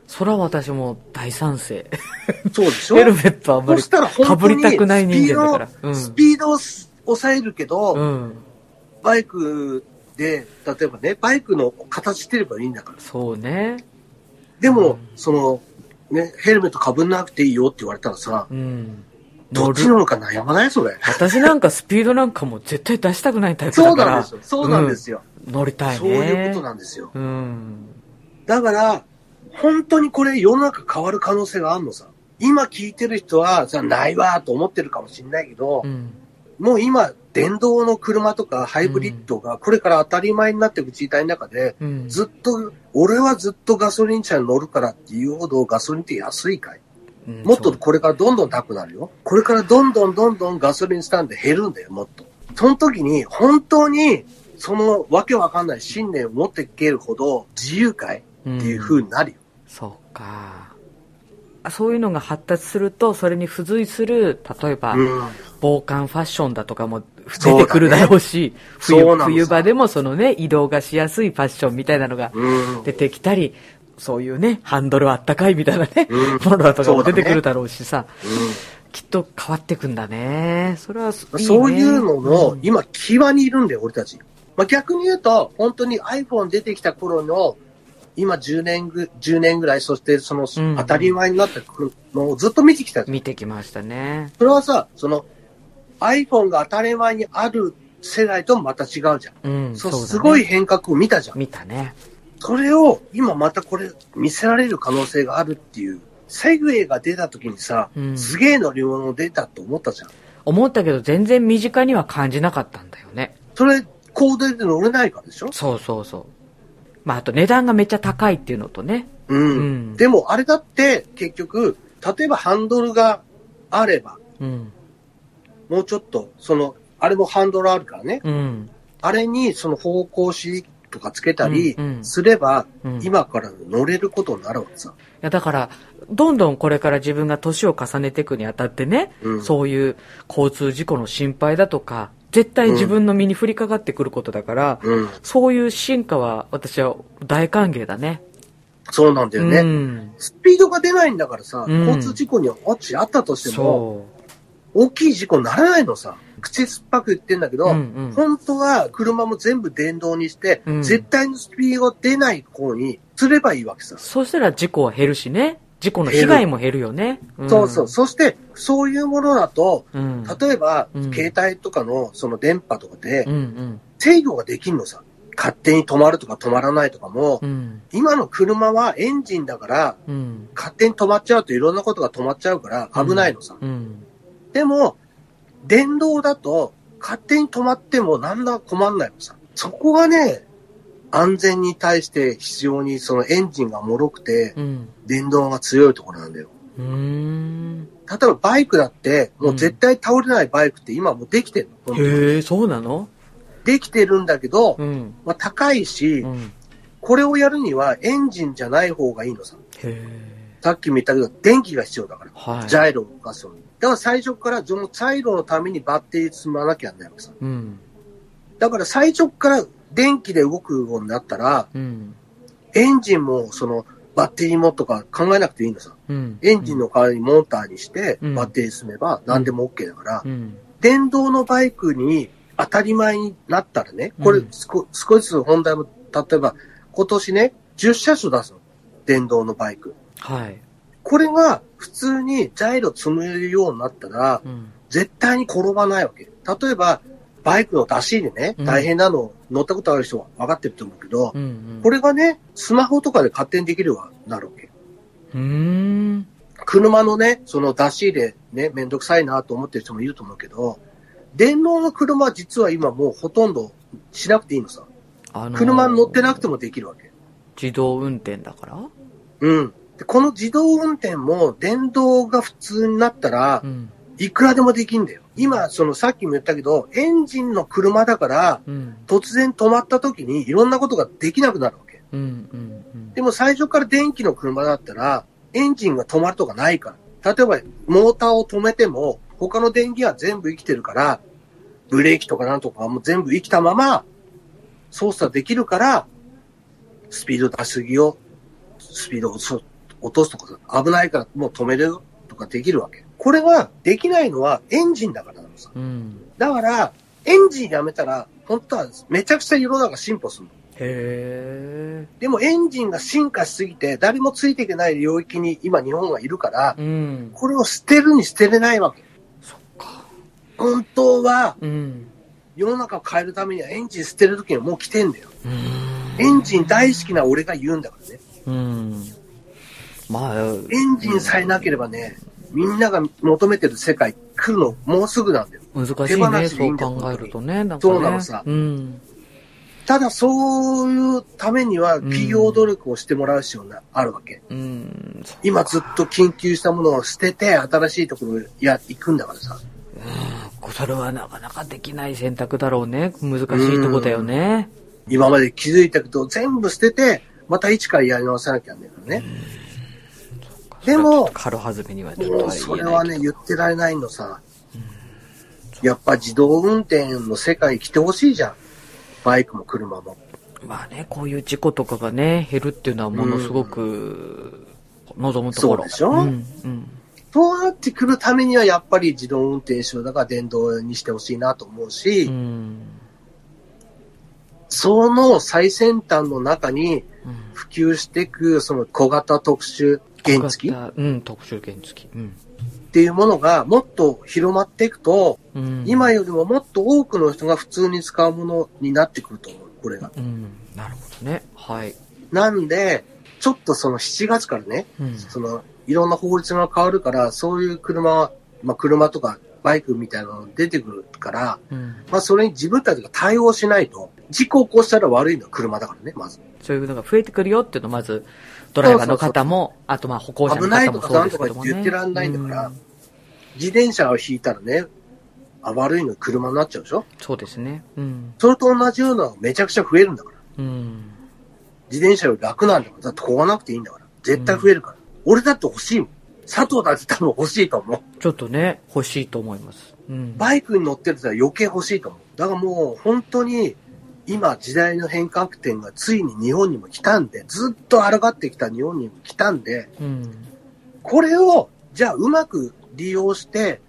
Speaker 2: それは私も大賛成。
Speaker 1: そうでしょ
Speaker 2: ヘルメットあんま
Speaker 1: そ
Speaker 2: り
Speaker 1: し。たら本当
Speaker 2: 被
Speaker 1: に
Speaker 2: り
Speaker 1: スピ
Speaker 2: たくない人
Speaker 1: ー
Speaker 2: 間だ
Speaker 1: ド
Speaker 2: からう
Speaker 1: を、
Speaker 2: ん
Speaker 1: スピードを抑えるけど、
Speaker 2: うん。
Speaker 1: バイクで、例えばね、バイクの形してればいいんだから。
Speaker 2: そうね。
Speaker 1: でも、
Speaker 2: うん
Speaker 1: その、ね、ヘルメット被んなくていいよって言われたらさ、
Speaker 2: うん。
Speaker 1: どっちなのか悩まないそれ。
Speaker 2: 私なんかスピードなんかもう絶対出したくないタイプ
Speaker 1: そ
Speaker 2: だ
Speaker 1: う
Speaker 2: か
Speaker 1: なん
Speaker 2: ら
Speaker 1: ですよ。そうなんですよ。
Speaker 2: 乗りたいね。
Speaker 1: そういうことなんですよ。
Speaker 2: うん。
Speaker 1: だから、本当にこれ世の中変わる可能性があるのさ。今聞いてる人は、さ、ないわと思ってるかもしれないけど
Speaker 2: う、ん。
Speaker 1: もう今、電動の車とかハイブリッドがこれから当たり前になっていく時代の中で、
Speaker 2: うん。
Speaker 1: ずっと、俺はずっとガソリン車に乗るからっていうほどガソリンって安いかい
Speaker 2: うん
Speaker 1: もっ
Speaker 2: そ
Speaker 1: と
Speaker 2: う
Speaker 1: これからどんどんなくなるよ。これからどんどんどんどんガソリンスタンド減るんだよ、もっと。その時に本当にそのわけわかんない信念を持っていけるほど自由会
Speaker 2: うん
Speaker 1: っていう風になるよ。
Speaker 2: そうかあそういうのが発達するとそれに付随する例えば、
Speaker 1: うん。
Speaker 2: 防寒ファッションだとかも出
Speaker 1: そうだね
Speaker 2: てくるだろうし
Speaker 1: そう
Speaker 2: 冬
Speaker 1: なのさ
Speaker 2: 冬場でもそのね移動がしやすいファッションみたいなのが
Speaker 1: うん。
Speaker 2: 出てきたりそういうねハンドルあったかいみたいなね、
Speaker 1: うん
Speaker 2: ものだとか
Speaker 1: そ
Speaker 2: も
Speaker 1: うだ
Speaker 2: 出
Speaker 1: ね
Speaker 2: てくるだろうしさ
Speaker 1: うん
Speaker 2: きっと変わってくんだねそれはいい、ね、
Speaker 1: そういうの
Speaker 2: う
Speaker 1: の
Speaker 2: ん
Speaker 1: 今、際にいるんだよ、俺たち。まあ、逆に言うと、本当に iPhone 出てきた頃の、今10年ぐ、10年ぐらい、そしてその
Speaker 2: うんうん
Speaker 1: 当たり前になったのをずっと見てきたじゃん。
Speaker 2: 見てきましたね
Speaker 1: それはさ、その iPhone が当たり前にある世代ともまた違うじゃん。
Speaker 2: うん
Speaker 1: そう
Speaker 2: そうだね
Speaker 1: すごい変革を見たじゃん。
Speaker 2: 見たね
Speaker 1: それを今またこれ見せられる可能性があるっていう、セグウェイが出た時にさ、
Speaker 2: うん
Speaker 1: すげえ乗り物出たと思ったじゃん。
Speaker 2: 思ったけど全然身近には感じなかったんだよね
Speaker 1: それ、行動で乗れないからでしょ
Speaker 2: そうそうそうまああと値段がめっちゃ高いっていうのとね
Speaker 1: うん。
Speaker 2: うん
Speaker 1: でもあれだって結局、例えばハンドルがあれば、
Speaker 2: うん
Speaker 1: もうちょっと、その、あれもハンドルあるからね。
Speaker 2: うん
Speaker 1: あれにその方向指とかつけたり
Speaker 2: うんうん
Speaker 1: すれば、
Speaker 2: うん
Speaker 1: 今から乗れることになるわけさ。
Speaker 2: いやだから、どんどんこれから自分が年を重ねていくにあたってね、
Speaker 1: うん
Speaker 2: そういう交通事故の心配だとか、絶対自分の身に降りかかってくることだから、
Speaker 1: うん。
Speaker 2: そういう進化は私は大歓迎だね。
Speaker 1: そうなんだよね。
Speaker 2: うん。
Speaker 1: スピードが出ないんだからさ、
Speaker 2: うん
Speaker 1: 交通事故に落ちあったとしても、
Speaker 2: そ
Speaker 1: 大きい事故にならないのさ。口酸っぱく言ってんだけ
Speaker 2: う。
Speaker 1: ど、
Speaker 2: ん
Speaker 1: 本当は車も全部電動にして、
Speaker 2: うん
Speaker 1: 絶対にスピードが出ない方にすればいいわけさ。
Speaker 2: そうしたら事故は減るしね。事故の被害も減るよね。ん
Speaker 1: そうそう。。そして、そういうものだと、
Speaker 2: うん。
Speaker 1: 例えば、
Speaker 2: うん
Speaker 1: 携帯とかのその電波とかで
Speaker 2: うん、うん。
Speaker 1: 制御ができんのさ。勝手に止まるとか止まらないとかも
Speaker 2: う、ん。
Speaker 1: 今の車はエンジンだから、
Speaker 2: うん。
Speaker 1: 勝手に止まっちゃうといろんなことが止まっちゃうから危ないのさ。
Speaker 2: うん。
Speaker 1: でも、電動だと、勝手に止まってもなんだ困んないのさ。そこがね、安全に対して非常にそのエンジンが脆くて、
Speaker 2: うん。
Speaker 1: 電動が強いところなんだよ。
Speaker 2: うーん。
Speaker 1: 例えばバイクだって、もう絶対倒れないバイクって今もうできてるの。
Speaker 2: へえ、そうなの
Speaker 1: できてるんだけど、
Speaker 2: うん。
Speaker 1: まあ、高いし
Speaker 2: う、ん。
Speaker 1: これをやるにはエンジンじゃない方がいいのさ。
Speaker 2: へえ。
Speaker 1: さっきも言ったけど、電気が必要だから。
Speaker 2: はい。
Speaker 1: ジャイロを動かすのに。だから最初から、そのジャイロのためにバッテリー積まなきゃいけないわけさ。
Speaker 2: うん。
Speaker 1: だから最初から電気で動くようになったら、
Speaker 2: うん。
Speaker 1: エンジンもそのバッテリーもとか考えなくていいのさ。
Speaker 2: うん。
Speaker 1: エンジンの代わりにモーターにして
Speaker 2: うん
Speaker 1: バッテリー積めば何でも OK だから、
Speaker 2: うん。
Speaker 1: 電動のバイクに当たり前になったらね、これ
Speaker 2: うん
Speaker 1: 少少しずつ本題も、例えば今年ね、10車種出すの。電動のバイク。
Speaker 2: はい。
Speaker 1: これが普通にジャイロ積めるようになったら、
Speaker 2: うん。
Speaker 1: 絶対に転ばないわけ。例えば、バイクの出し入れね、
Speaker 2: うん
Speaker 1: 大変なの、乗ったことある人は分かってると思うけど、
Speaker 2: うん。
Speaker 1: これがね、スマホとかで勝手にできるようになるわけ。
Speaker 2: うーん。
Speaker 1: 車のね、その出し入れね、めんどくさいなと思ってる人もいると思うけど、電動の車は実は今もうほとんどしなくていいのさ。
Speaker 2: あのー
Speaker 1: 車に乗ってなくてもできるわけ。
Speaker 2: 自動運転だから
Speaker 1: うん。でこの自動運転も電動が普通になったら
Speaker 2: う、ん。
Speaker 1: いくらでもできんだよ。今、そのさっきも言ったけど、エンジンの車だから、
Speaker 2: うん。
Speaker 1: 突然止まった時にいろんなことができなくなるわけ。
Speaker 2: うん。うん。うん。
Speaker 1: でも最初から電気の車だったら、エンジンが止まるとかないから。例えば、モーターを止めても、他の電気は全部生きてるから、ブレーキとかなんとかも全部生きたまま、操作できるから、スピード出しすぎを、スピードをそ落とすとかさ、危ないからもう止めるとかできるわけ。これはできないのはエンジンだからなのさ。
Speaker 2: うん。
Speaker 1: だから、エンジンやめたら、本当はめちゃくちゃ世の中進歩するの。
Speaker 2: へえ。
Speaker 1: でもエンジンが進化しすぎて、誰もついていけない領域に今日本はいるから、
Speaker 2: うん。
Speaker 1: これを捨てるに捨てれないわけ。
Speaker 2: そっか。
Speaker 1: 本当は、
Speaker 2: うん。
Speaker 1: 世の中を変えるためにはエンジン捨てる時にはもう来てんだよ。
Speaker 2: う
Speaker 1: エ
Speaker 2: ーん。
Speaker 1: ンジン大好きな俺が言うんだからね。
Speaker 2: うん。まあ、
Speaker 1: エンジンさえなければね、みんなが求めてる世界来るのもうすぐなんだよ。
Speaker 2: 難し
Speaker 1: 手
Speaker 2: い
Speaker 1: 放
Speaker 2: ね、
Speaker 1: しでい
Speaker 2: そ
Speaker 1: いん
Speaker 2: う
Speaker 1: だよ
Speaker 2: 考えるとね。なんかね
Speaker 1: そうなのさ
Speaker 2: うん。
Speaker 1: ただそういうためには企業努力をしてもらう必要があるわけ。
Speaker 2: うん。そっか
Speaker 1: 今ずっと緊急したものを捨てて、新しいところや行くんだからさ。
Speaker 2: それはなかなかできない選択だろうね。難しいとこだよね。
Speaker 1: 今まで気づいたことを全部捨てて、また一からやり直さなきゃなんないからね。
Speaker 2: それはちょ
Speaker 1: でも
Speaker 2: っと軽はずみにはちょっと
Speaker 1: も
Speaker 2: あ
Speaker 1: う
Speaker 2: れ
Speaker 1: そ
Speaker 2: 言え
Speaker 1: れ
Speaker 2: な
Speaker 1: はい
Speaker 2: け
Speaker 1: ね、
Speaker 2: ど。
Speaker 1: 言ってられないのさ。やっぱ自動運転の世界来てほしいじゃん。バイクも車も。
Speaker 2: まあね、こういう事故とかがね、減るっていうのはものすごく望むところ。
Speaker 1: そうでしょ
Speaker 2: うん。うん
Speaker 1: そうなってくるためには、やっぱり自動運転手だから電動にしてほしいなと思うし、
Speaker 2: うん。
Speaker 1: その最先端の中に
Speaker 2: うん
Speaker 1: 普及していく、その小型特殊原付
Speaker 2: 小
Speaker 1: っ
Speaker 2: 型うん、特殊原付き。うん。
Speaker 1: ていうものがもっと広まっていくと、
Speaker 2: うん
Speaker 1: 今よりももっと多くの人が普通に使うものになってくると思う、これが。
Speaker 2: うん、なるほどね。はい。
Speaker 1: なんで、ちょっとその7月からね、
Speaker 2: うん。
Speaker 1: その、いろんな法律が変わるから、そういう車は、まあ車とかバイクみたいなの出てくるから、
Speaker 2: うん、
Speaker 1: まあそれに自分たちが対応しないと、事故を起こしたら悪いのは車だからね、まず。
Speaker 2: そういうのが増えてくるよっていうのをまず、ドライバーの方も、あとまあ歩行者の
Speaker 1: 危ない
Speaker 2: 方
Speaker 1: と
Speaker 2: も
Speaker 1: か
Speaker 2: そう
Speaker 1: な
Speaker 2: で
Speaker 1: ん
Speaker 2: す
Speaker 1: と
Speaker 2: け
Speaker 1: か
Speaker 2: どもね。
Speaker 1: 言ってらんないんだから、自転車を引いたらね、あ悪いのは車になっちゃうでしょ
Speaker 2: そうですね。うん。
Speaker 1: それと同じようなのがめちゃくちゃ増えるんだから。
Speaker 2: うん。
Speaker 1: 自転車より楽なんだから、だって壊なくていいんだから。絶対増えるから。俺だって欲しいもん。佐藤だって多分欲しいと思う。
Speaker 2: ちょっとね、欲しいと思います。うん。
Speaker 1: バイクに乗ってる人は余計欲しいと思う。だからもう本当に今時代の変革点がついに日本にも来たんで、ずっと抗ってきた日本にも来たんで、
Speaker 2: うん。
Speaker 1: これをじゃあうまく利用して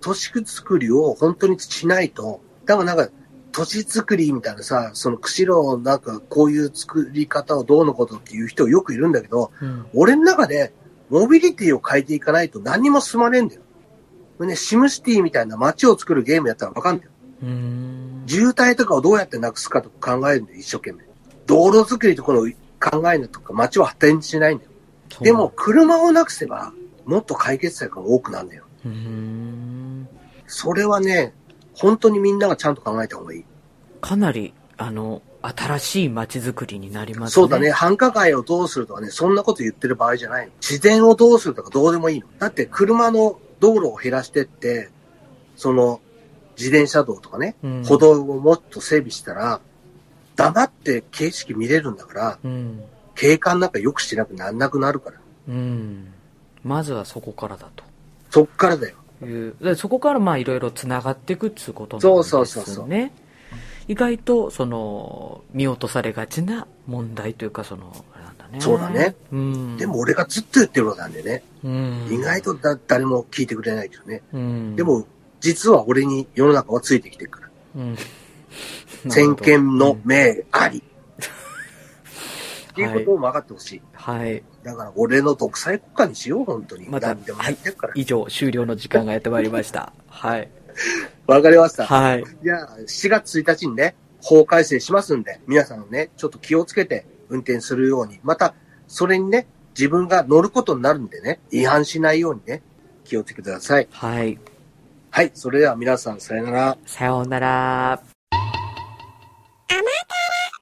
Speaker 1: 都市づくりを本当にしないと、だからなんか都市づくりみたいなさ、その釧路なんかこういう作り方をどうのことっていう人よくいるんだけど、
Speaker 2: うん。
Speaker 1: 俺の中で、モビリティを変えていかないと何にも進まねえんだよ。これね、シムシティみたいな街を作るゲームやったらわかんないよ。
Speaker 2: うん。
Speaker 1: 渋滞とかをどうやってなくすかとか考えるんだよ、一生懸命。道路作りとかの考えるとか、街は発展しないんだよ。
Speaker 2: そう
Speaker 1: でも、、車をなくせば、もっと解決策が多くなるんだよ。
Speaker 2: うん。
Speaker 1: それはね、本当にみんながちゃんと考えた方がいい。
Speaker 2: かなり、あの、新しい街づくりになりますね。
Speaker 1: そうだね。。繁華街をどうするとかね、そんなこと言ってる場合じゃないの。自然をどうするとかどうでもいいの。だって車の道路を減らしてって、その、自転車道とかね、
Speaker 2: うん。
Speaker 1: 歩道をもっと整備したら、黙って景色見れるんだから、
Speaker 2: うん。
Speaker 1: 景観なんか良くしなくなんなくなるから。
Speaker 2: うん。まずはそこからだと。
Speaker 1: そっからだよ。
Speaker 2: いう、でそこからまあいろいろつながっていくっつうことなんですね。
Speaker 1: そうそうそうそう
Speaker 2: 意外と、その、見落とされがちな問題というか、その、あれなんだね。
Speaker 1: そうだね。
Speaker 2: うん。
Speaker 1: でも、俺がずっと言ってることなんでね、
Speaker 2: うん、
Speaker 1: 意外とだ誰も聞いてくれないけどね。
Speaker 2: うん、
Speaker 1: でも、実は俺に世の中はついてきてるから。
Speaker 2: うん、
Speaker 1: 先見
Speaker 2: なる
Speaker 1: の
Speaker 2: ほど
Speaker 1: 明あり。っていうことを分かってほしい。
Speaker 2: はい。
Speaker 1: だから俺の独裁国家にしよう、本当に。
Speaker 2: また
Speaker 1: 何でもやってるから。
Speaker 2: 以上、終了の時間がやってまいりました。はい。
Speaker 1: わかりました。
Speaker 2: はい。
Speaker 1: じゃあ、4月1日にね、法改正しますんで、皆さんね、ちょっと気をつけて運転するように。また、それにね、自分が乗ることになるんでね、違反しないようにね、気をつけてください。
Speaker 2: はい。
Speaker 1: はい、それでは皆さん、さよなら。
Speaker 2: さようなら。